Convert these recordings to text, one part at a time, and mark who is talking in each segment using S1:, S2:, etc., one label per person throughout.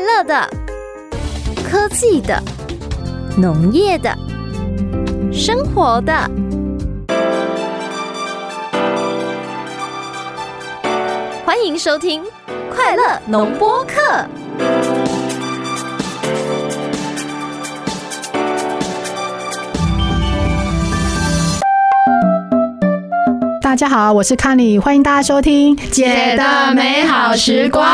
S1: 乐的、科技的、农业的、生活的。欢迎收听《快乐农播课》。
S2: 大家好，我是康妮，欢迎大家收听《
S3: 姐的美好时光。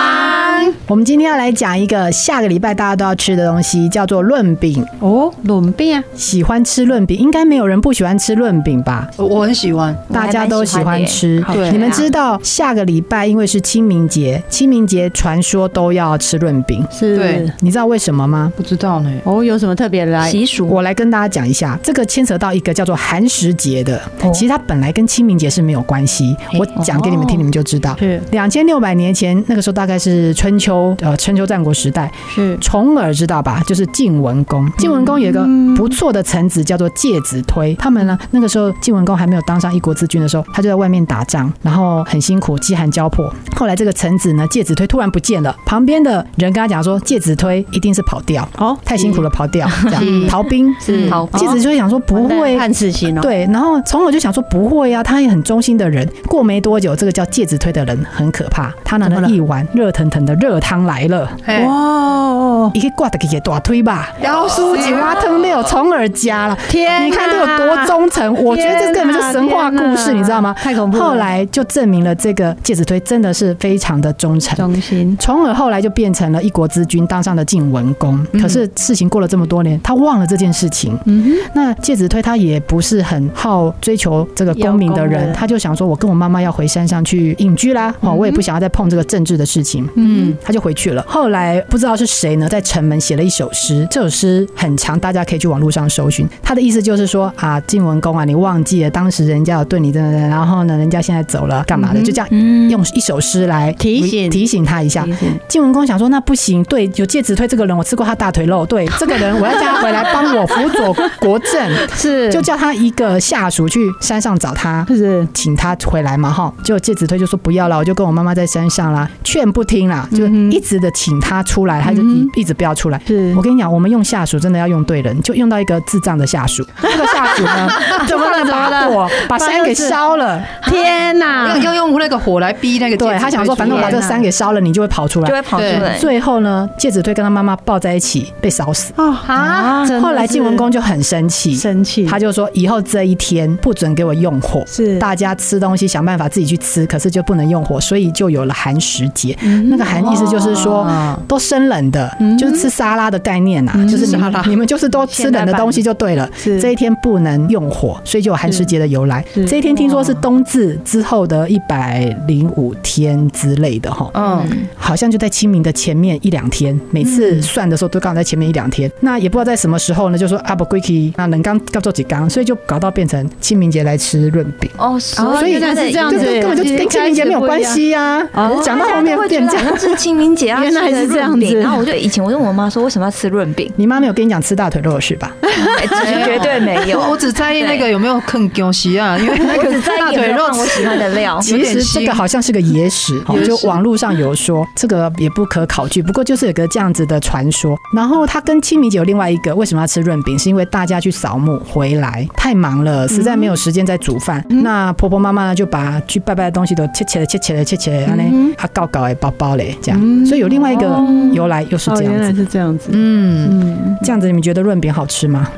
S2: 我们今天要来讲一个下个礼拜大家都要吃的东西，叫做润饼。
S3: 哦，轮饼啊，
S2: 喜欢吃润饼，应该没有人不喜欢吃润饼吧？
S3: 我我很喜欢。
S2: 大家都喜欢吃。
S3: 的耶对啊
S2: 你们知道下个礼拜因为是清明节，清明节传说都要吃润饼，
S4: 是
S3: 对
S2: 你知道为什么吗？
S3: 不知道呢，
S4: 哦，有什么特别的来？
S1: 习俗
S2: 我来跟大家讲一下，这个牵扯到一个叫做寒食节的，
S4: 哦
S2: 其实它本来跟清明节是没有关系。我讲给你们听，
S4: 哦
S2: 你们就知道。
S4: 是
S2: 两千六百年前，那个时候大概是春秋，呃，春秋战国时代，
S4: 是嗯
S2: 重耳知道吧？就是晋文公。晋文公有一个不错的臣子叫做介子推，他们呢，那个时候晋文公还没有当上一国之君的时候，他就在外面打仗，然后很辛苦，饥寒交迫。后来这个臣子呢，介子推突然不见了，旁边的人跟他讲说，介子推一定是跑掉，
S4: 哦，
S2: 太辛苦了，跑掉，这样
S4: 是
S2: 逃兵。
S4: 是
S1: 好
S2: 介子就想说不会。
S4: 哦判死刑哦，
S2: 对，然后从我就想说不会啊，他也很忠心的人。过没多久，这个叫介子推的人很可怕，他拿
S4: 怎
S2: 了
S4: 么了
S2: 一碗热腾腾的热汤来了，
S3: 嘿
S4: 哇哦，
S2: 一个挂的给大推吧，
S3: 妖
S2: 苏锦蛙汤没有从耳夹了。
S4: 天
S2: 你看这有多忠诚，我觉得这根本就是神话故事，你知道吗？
S4: 啊太恐怖了。
S2: 后来就证明了这个介子推真的是非常的忠诚。
S4: 中心
S2: 从而后来就变成了一国之君，当上了晋文公。可是事情过了这么多年，他忘了这件事情。
S4: 嗯
S2: 那介子推他也不是很好追求这个功名的
S4: 邀
S2: 人，
S4: 功的
S2: 他就想说，我跟我妈妈要回山上去隐居啦，哦，我也不想要再碰这个政治的事情。
S4: 嗯，
S2: 他就回去了。后来不知道是谁呢，在城门写了一首诗，这首诗很长，大家可以去网络上搜寻。他的意思就是说啊，晋文公啊，你忘记了当时人家有对你的，然后呢，人家现在走了，干嘛的？就这样。
S4: 嗯
S2: 用一首诗来
S4: 提醒
S2: 提醒他一下
S4: 提，醒
S2: 晋文公想说，那不行，对，有介子推这个人，我吃过他大腿肉，对，这个人我要叫他回来帮我辅佐国 政，
S4: 是
S2: 就叫他一个下属去山上找他，
S4: 是
S2: 请他回来嘛，哈，结果介子推就说不要了，我就跟我妈妈在山上啦，劝不听啦，就一直的请他出来，他就一、
S4: 嗯
S2: 一直不要出来。
S4: 是
S2: 我跟你讲，我们用下属真的要用对人，就用到一个智障的下 属。那个下属 呢，就放了把火，把山给烧了。
S4: 天
S3: 要
S2: 啊
S4: 哪，
S3: 要用那个火来啊逼那个戒指
S2: 对他想说，反正我把这个山给烧了，你就会跑出
S1: 就
S2: 来。
S1: 会跑出来，
S2: 最后呢，介子推跟他妈妈抱在一起被烧死。
S4: 哦啊真的是
S2: 后来晋文公就很生气，
S4: 生气，
S2: 他就说以后这一天不准给我用火，
S4: 是
S2: 大家吃东西想办法自己去吃，可是就不能用火，所以就有了寒食节。
S4: 嗯
S2: 那个寒意
S4: 哦
S2: 思就是说。
S3: 啊
S2: 都生冷的，就是吃沙拉的概念呐、就是你
S3: 沙
S2: 们
S3: 拉
S2: 你们就是都吃冷的东西就对了。
S4: 嗯是
S2: 这一天不能用火，所以就有寒食节的由来。
S4: 是
S2: 这一天听说是冬至之后的一百零五天之类的哈。
S3: 嗯，
S2: 好像就在清明的前面一两天，每
S4: 嗯
S2: 次算的时候都刚好在前面一两天。那也不知道在什么时候呢，就说阿伯贵奇，那能刚刚做几缸，所以就搞到变成清明节来吃润饼。
S1: 哦，所
S2: 原
S1: 它
S4: 来
S1: 的
S4: 是这样
S2: 这
S4: 子
S2: 个
S4: 对
S2: 根本就跟清明节没有关系呀、
S4: 哦
S2: 讲到后面变这样。
S1: 样，是清明节要啊吃
S4: 原来
S1: 的
S4: 是这样
S1: 润饼。
S4: 子
S1: 然后我就以前我就问我妈说，为什么要吃润 饼？
S2: 你妈没有跟你讲吃大腿肉的事吧？
S1: 哎其实绝对没有，
S3: 我我只在意那个有没有啃东 西啊，因为那
S1: 我
S3: 个
S1: 只在
S3: 大
S1: 意有没
S3: 腿
S1: 有
S3: 肉
S1: 放我喜欢的料。
S2: 其实这个好像是个野史，哦
S3: 野史
S2: 就网络上有说这个也不可考据，不过就是有个这样子的传说。然后它跟清明节有另外一个，为什么要吃润饼？是因为大家去扫墓回来太忙了，实在没有时间再煮饭。那婆婆妈妈就把去拜拜的东西都切切了、切切了、切切了，呢啊搞搞哎包包嘞这样，所以有另外一个由来又是
S4: 哦，
S2: 这
S4: 原
S2: 样
S4: 来
S2: 子。
S4: 是这样子，
S2: 嗯，
S4: 嗯，
S2: 这样子你们觉得润饼好吃吗？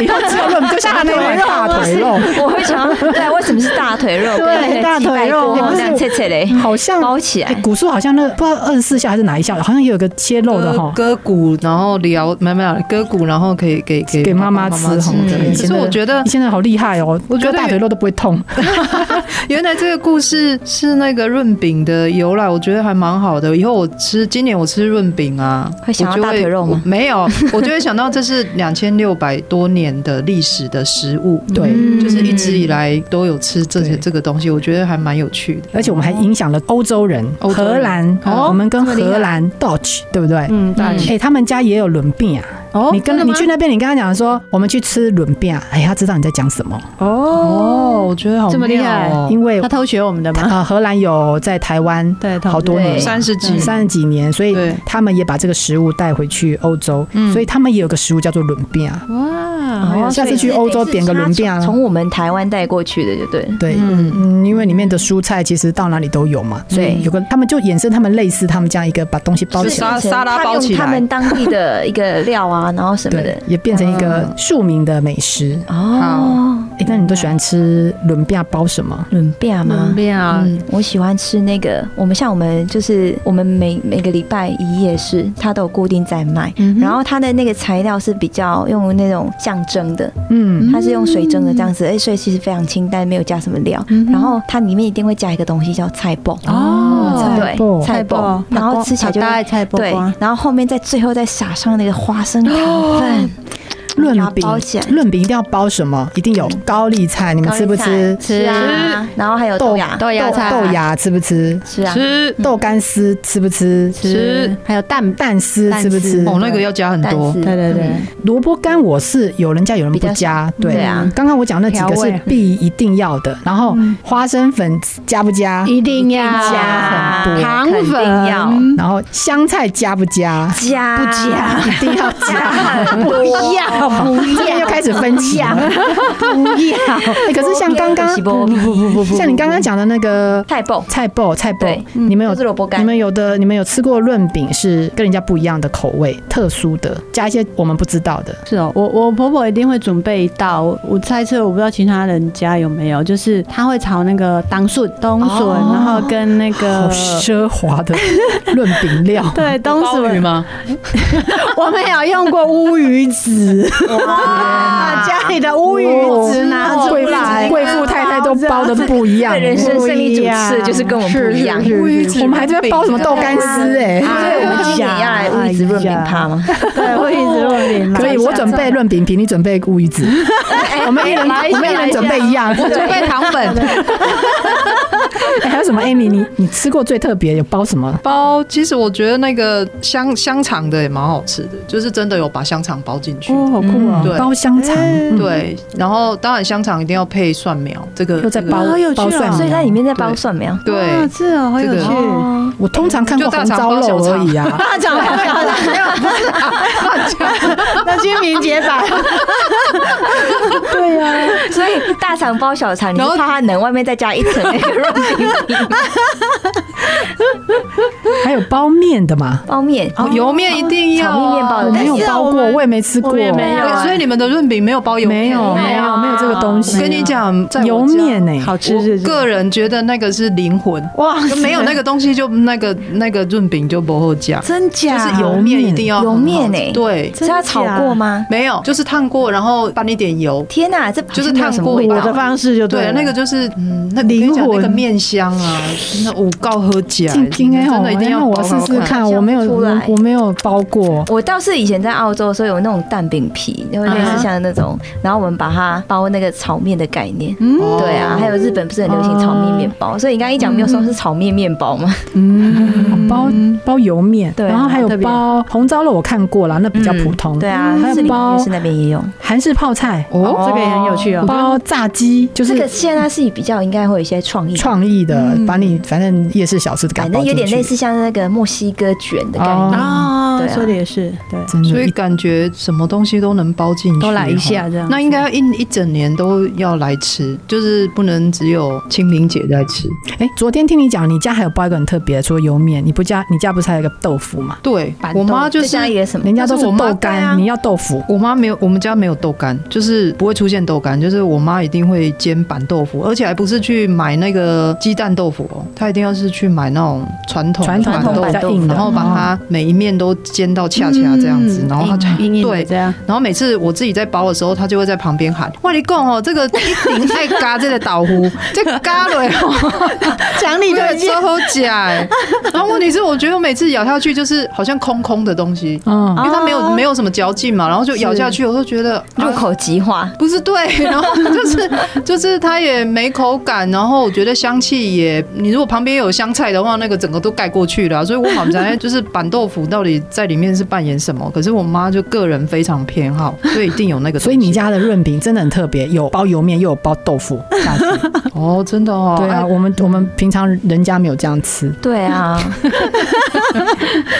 S2: 以后吃到润饼就像他那碗大腿肉，
S1: 我会想要，对，啊为什么是大腿肉？
S2: 对
S1: 跟
S2: 大腿肉
S1: 鸡排锅
S2: 不
S1: 这
S2: 是
S1: 样切 切嘞，
S2: 好像
S1: 包起
S2: 哎，
S1: 来。
S2: 古树好像那不知道二十四孝还是哪一孝，好像也有个切肉的
S3: 呃割
S2: 哈。
S3: 割骨，然后聊没有没有割骨，然后可以给给
S2: 给妈妈吃哈，
S1: 嗯
S2: 对以
S3: 可
S2: 前
S3: 是
S2: 的
S3: 我觉得
S2: 你现在好厉害哦，
S3: 我觉得
S2: 割大腿肉都不会痛。
S3: 原来这个故事是那个润饼的由来，我觉得还蛮好的。以后我吃，今年我吃润饼啊，
S1: 会想到
S3: 我就
S1: 大腿肉吗
S3: 我没有，我就会想到这是两千六百多年的历史的食物，
S2: 对
S4: 嗯
S3: 就是一直以来都有吃这些
S2: 对
S3: 这个东西，我觉得还蛮有趣的。
S2: 而且我们还影响了欧洲人，
S3: 欧洲人
S2: 荷兰，呃
S3: 哦
S2: 我们跟
S3: 这么厉害
S2: 荷兰 Dutch 对不对？
S4: 嗯，大
S3: 嗯
S4: 家
S2: 哎，他们家也有轮饼啊，
S3: 哦
S2: 你跟
S3: 真的
S2: 你
S3: 吗
S2: 去那边，你跟他讲说我们去吃轮饼，哎，他知道你在讲什么。
S3: 哦，我觉得好
S4: 这么厉害
S3: 妙哦
S2: 因为
S4: 他偷学我们的吗？
S2: 啊，荷兰有在台湾
S4: 对，
S2: 好多
S1: 对
S2: 年，
S3: 三十几
S2: 嗯三十几年，所以
S3: 对
S2: 他们也把这个食物带回去欧洲，
S3: 嗯
S2: 所以他们也有个食物叫做轮饼啊。
S3: 哇，
S2: 下次去欧洲点个轮饼啊
S1: 从我们台湾带过去的，就对。
S2: 对，
S3: 嗯，
S2: 嗯，因为里面的蔬菜其实到哪里都有嘛，所以
S1: 对
S2: 有个他们就衍生他们类似他们这样一个把东西包
S3: 就
S2: 起
S3: 是
S2: 来，
S3: 沙沙拉包起来
S1: 他用他们当地的一个料啊，然后什么
S2: 对
S1: 的，。
S2: 也变成一个庶民的美食。
S1: 哦，
S2: 哎，那你都喜欢吃轮饼包什么？
S1: 轮饼吗？
S3: 变啊，
S1: 嗯，我喜欢吃那个，我们像我们就是我们每每个礼拜一夜市，它都有固定在卖。
S4: 嗯
S2: 嗯
S1: 然后它的那个材料是比较用那种酱蒸的，
S2: 嗯，
S1: 它是用水蒸的这样子，哎，所以其实非常清淡，没有加什么料。
S2: 嗯
S1: 然后它里面一定会加一个东西叫菜包，
S2: 哦菜脯
S1: 对，菜包，然后吃起来就
S4: 大
S1: 会
S4: 爱菜啊包
S1: 对，然后后面再最后再撒上那个花生糖粉，
S2: 论
S1: 然后
S2: 饼
S1: 包起来，
S2: 论饼一定要包什么？一定有高丽菜，你们吃不吃？
S1: 吃啊，然后还有豆芽，
S4: 豆芽菜、
S2: 豆芽吃不吃？
S1: 吃啊，
S3: 吃
S2: 豆干丝吃不吃？
S4: 吃，还有蛋
S2: 蛋丝吃不吃
S4: 蛋丝？
S3: 哦，那个要加很
S1: 但
S3: 多
S1: 是，
S4: 对对对
S1: 嗯
S2: 萝卜干我是有人加，有人
S1: 比
S2: 不
S1: 较
S2: 加。对
S1: 对啊
S2: 刚刚我讲那几个
S4: 调
S2: 是
S4: 味
S2: 必一定要的，然后花生粉加不加？
S4: 一定要
S2: 加很多
S4: 糖
S1: 肯定要
S4: 粉
S2: 然后香菜加不加？
S1: 加
S2: 不加，一定要加。
S1: 不 要不
S2: 这边又开始分歧了。
S4: 不要，
S2: 哎可是像刚刚，
S1: 不不
S2: 不不不不，像你刚刚讲的那个
S1: 太爆，
S2: 菜包菜包
S1: 对，
S2: 你们有
S1: 就是萝卜干
S2: 你们有的你们有吃过润饼是跟人家不一样的口味，特殊的，加一些我们不知道的。
S4: 是哦，我我婆婆一定会准备一道，我我猜测我不知道其他人家有没有，就是她会炒那个当笋、冬笋，
S1: 哦
S4: 然后跟那
S2: 好
S4: 个。
S2: 奢华的润饼料，
S4: 对，冬
S3: 鲍鱼
S4: 笋
S3: 吗？
S4: 我没有用过乌鱼子，
S1: 哇
S4: 把家里的乌鱼子啊拿出
S2: 哦贵妇
S4: 来，
S2: 贵妇太太都包的不一样
S1: 对。人生胜利主次就是跟我们不一样。
S4: 是
S3: 乌鱼
S4: 是
S3: 子
S4: 是
S2: 我们还在包什么豆干丝哎、
S4: 啊
S1: 所以我们今年要来乌鱼子润饼趴吗？
S4: 对，乌鱼子肉饼嘛
S2: 可以，我准备润饼皮，你准备乌鱼子，我们一人
S4: 来一下
S2: 我们一人准备一样。
S3: 准备糖粉
S2: 哎还有什么？Amy，你你吃过最特别有包什么？
S3: 包，其实我觉得那个香香肠的也蛮好吃的，就是真的有把香肠包进去。
S4: 哦，好酷
S2: 嗯
S4: 哦，
S3: 对
S2: 包香肠，嗯，
S3: 对，然后当然香肠一定要配蒜苗，这个
S2: 又在
S3: 这个
S2: 包
S4: 好有趣哦
S2: 包蒜
S1: 所以它里
S2: 苗。
S1: 面在包蒜苗。
S3: 对
S4: 哇，是哦，好有
S3: 这个
S4: 趣。
S1: 哦，
S2: 我通常看过
S3: 就大
S2: 红
S3: 肠
S2: 烧
S3: 包小
S2: 肉而
S3: 肠
S2: 已啊，
S4: 大奖大奖，
S3: 啊
S4: 那清明节版，对呀，
S1: 所以大肠包小肠，你是怕它冷，外面再加一层那个润饼
S2: 还有包面的嘛，
S1: 包面，
S3: 哦油面一定要
S1: 炒
S3: 啊
S1: 面面包
S2: 我
S1: 的
S2: 没
S1: 感
S2: 有
S1: 觉。
S2: 包
S4: 我
S2: 过，
S4: 们
S2: 我也没吃过，
S4: 我也没有
S3: 对所以你们的润饼没有欸包油面，
S2: 没有
S1: 没有
S2: 没有没有这个东西。
S3: 啊我跟你讲，在我
S2: 油
S3: 家
S2: 面呢、
S4: 好吃是
S3: 我
S4: 不是？
S3: 个人觉得那个是灵魂，
S4: 哇
S3: 就没有那个东西就那个那个润饼就不好讲，
S4: 真
S3: 就
S4: 假
S3: 是油面一定要
S1: 油
S3: 很好
S1: 面
S3: 吃
S1: 欸
S3: 对，
S1: 是它炒过吗？
S3: 没有，就是烫过，然后拌一点油。
S1: 天哪，这
S3: 就是
S1: 好像没有什么
S3: 烫
S1: 味
S3: 过
S4: 我的
S1: 道。
S4: 方式就
S3: 对，
S4: 了
S3: 哦那个就是嗯，那灵
S4: 啊灵
S3: 魂
S4: 魂
S3: 那个面香啊，那五告喝起来，
S2: 静听哎，
S3: 真的一定要
S2: 让我
S3: 包
S2: 试
S3: 包
S2: 试看，
S1: 好
S2: 我没有
S1: 像不出来
S2: 我我没有包过，
S1: 我倒是以前在澳洲的时候有那种蛋饼皮，就会类似像那种，然后我们把它包那个炒面的概念。
S4: 嗯
S3: 哦
S1: 对啊，还有日本不是很流行炒面面包，所以你刚刚一讲没有说是炒面面包吗？
S3: 嗯
S2: 包包油面，
S1: 对啊
S2: 然后还有
S1: 特别
S2: 包红烧肉，我看过了，那嗯比较
S3: 嗯
S2: 普通。
S1: 对啊，
S2: 还
S1: 士
S2: 有
S1: 林夜
S2: 包
S1: 市那边也有。
S2: 韩式泡菜，
S4: 哦这个也很有趣哦。
S2: 包炸鸡，就
S1: 这个
S2: 是
S1: 现在是比较应该会有一些创意，
S2: 创意的，
S3: 嗯
S2: 把你反正夜市小吃给它
S1: 反
S2: 包
S1: 正
S2: 进去
S1: 有点类似像那个墨西哥卷的概念。
S4: 啊
S1: 对啊
S4: 说的也是，对，
S2: 真
S3: 所以
S2: 的。
S3: 感觉什么东西都能包进去，
S4: 都来一下这样子
S3: 那应该要一一整年都要来吃，就是不能只有清明节在吃。
S2: 哎，昨天听你讲，你家还有包一个很特别的，除了油面，你不家你家不是还有一个豆腐吗？
S3: 对
S1: 板
S3: 我
S1: 豆
S3: 妈就
S1: 再
S3: 是
S1: 加一个什么
S2: 人家都
S3: 但是我妈
S2: 豆
S3: 对啊
S2: 干，你要豆腐。
S3: 我妈没有，我们家没有豆干，就是不会出现豆干，就是我妈一定会煎板豆腐，而且还不是去买那个鸡蛋豆腐哦，她一定要是去买那种传统
S2: 传
S3: 的
S2: 统
S3: 板
S1: 的
S3: 豆腐，
S1: 板豆腐
S3: 然后把它每一面都煎到恰恰这样子，
S4: 嗯
S3: 然后她就
S4: 硬硬的
S3: 对
S4: 这样，
S3: 然后每次我自己在包的时候，她就会在旁边喊：“哇，你讲哦，这个一定爱嘎这个豆 腐，这嘎了哦，
S4: 讲理
S3: 这
S4: 都
S3: 个
S4: 已经
S3: 超好假。”
S4: 欸
S3: 然后问题是，我觉得我每次咬下去就是好像空空的东西。
S2: 嗯
S3: 因，为它没
S4: 哦
S3: 有没有什么嚼劲嘛，然后就咬下去，我就觉得
S1: 入口即化，
S3: 不是对，然后就是就是它也没口感，然后我觉得香香气也，你如果旁边有香菜的话，那个整个都盖过去了啊、所以我好在就是板豆腐到底在里面是扮演什么？可是我妈就个人非常偏好，所以一定有那个东西。
S2: 所以你家的润饼真的很特别，有包油面又有包豆腐下去。
S3: 哦，真的哦，
S2: 对啊，
S3: 哎，
S2: 我们我们平常人家没有这样吃。
S1: 对啊，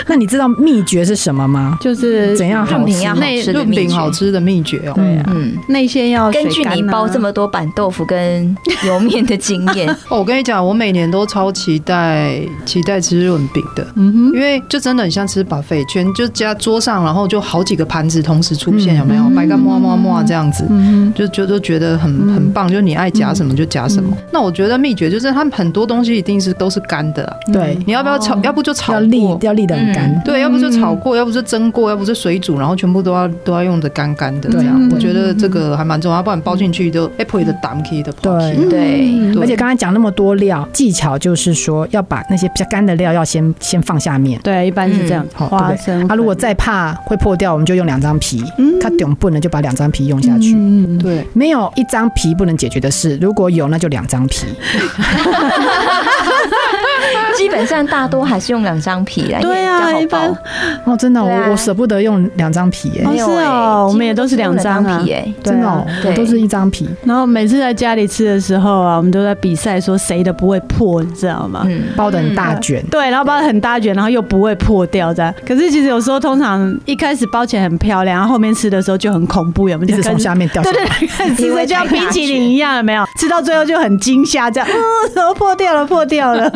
S2: 那你知道秘诀是什么吗？
S4: 就是
S2: 怎样好
S1: 润饼
S2: 吃？
S1: 要好
S3: 那
S1: 吃的
S3: 润
S1: 秘
S3: 饼
S1: 诀
S3: 好吃的秘诀哦。
S2: 对啊，
S1: 嗯。
S4: 内馅要水
S1: 根据
S4: 干
S1: 你
S4: 啊
S1: 包这么多板豆腐跟油面的经验，
S3: 哦，我跟你讲，我每年都超期待期待吃润饼的，
S4: 嗯哼，
S3: 因为就真的很像吃把费圈，就加桌上，然后就好几个盘子同时出现，
S2: 嗯
S3: 有没有？白干啊摸摸摸这样子。
S4: 嗯
S3: 就就都觉得很很棒，就你爱夹什么就夹什么。
S4: 嗯
S3: 那我觉得秘诀就是，他们很多东西一定是都是干的、
S4: 嗯
S3: 啊，
S2: 对，
S3: 你要不要炒？
S1: 哦
S3: 要不就炒
S2: 要沥
S3: 过，嗯
S2: 要沥得很干。
S3: 对，要不
S4: 嗯
S3: 就炒过，要不就蒸过，要不就水煮，然后全部都要都要用的干干的这
S2: 对
S3: 样。
S4: 嗯
S2: 对
S3: 我觉得这个还蛮重要，不然包进去就 apple 的 d u m k y 的
S2: 对
S1: 对
S4: 嗯
S3: 对
S2: 而且刚才讲那么多料，技巧就是说要把那些比较干的料要先先放下面。
S4: 对，一般是这样，
S2: 嗯
S4: 花生
S2: 啊，如果
S4: 粉
S2: 再怕会破掉，我们就用两张皮，
S4: 嗯
S2: 它顶不能就把两张皮用下去。
S4: 嗯嗯嗯
S3: 对，
S2: 没有一张皮不能解决的事，如果有那就两张皮。
S1: 基本上大多还是用两张皮来，
S4: 对啊
S1: 因为
S4: 一
S1: 比较好
S4: 般
S1: 包。
S2: 哦，真的哦，
S1: 对啊
S2: 我我舍不得用两张皮耶、
S4: 哦
S1: 没有
S4: 是哦
S1: 欸
S4: 我们也
S1: 几乎
S4: 都是两张啊
S1: 用皮哎，
S4: 对
S2: 真的
S4: 啊
S2: 哦，
S1: 对
S2: 我都是一张皮。
S4: 然后每次在家里吃的时候啊，我们都在比赛说谁的不会破，你知道吗？
S1: 嗯，
S2: 包的很大卷，
S4: 对，然后包的很大卷，然后又不会破掉这样。可是其实有时候通常一开始包起来很漂亮，然后后面吃的时候就很恐怖，有没
S2: 一
S4: 有？
S2: 直从下面掉下
S4: 对
S2: 来。
S4: 嗯对对，开始吃的就像冰淇淋一样，有没有？吃到最后就很惊吓，这样，嗯，怎么破掉了，破掉了。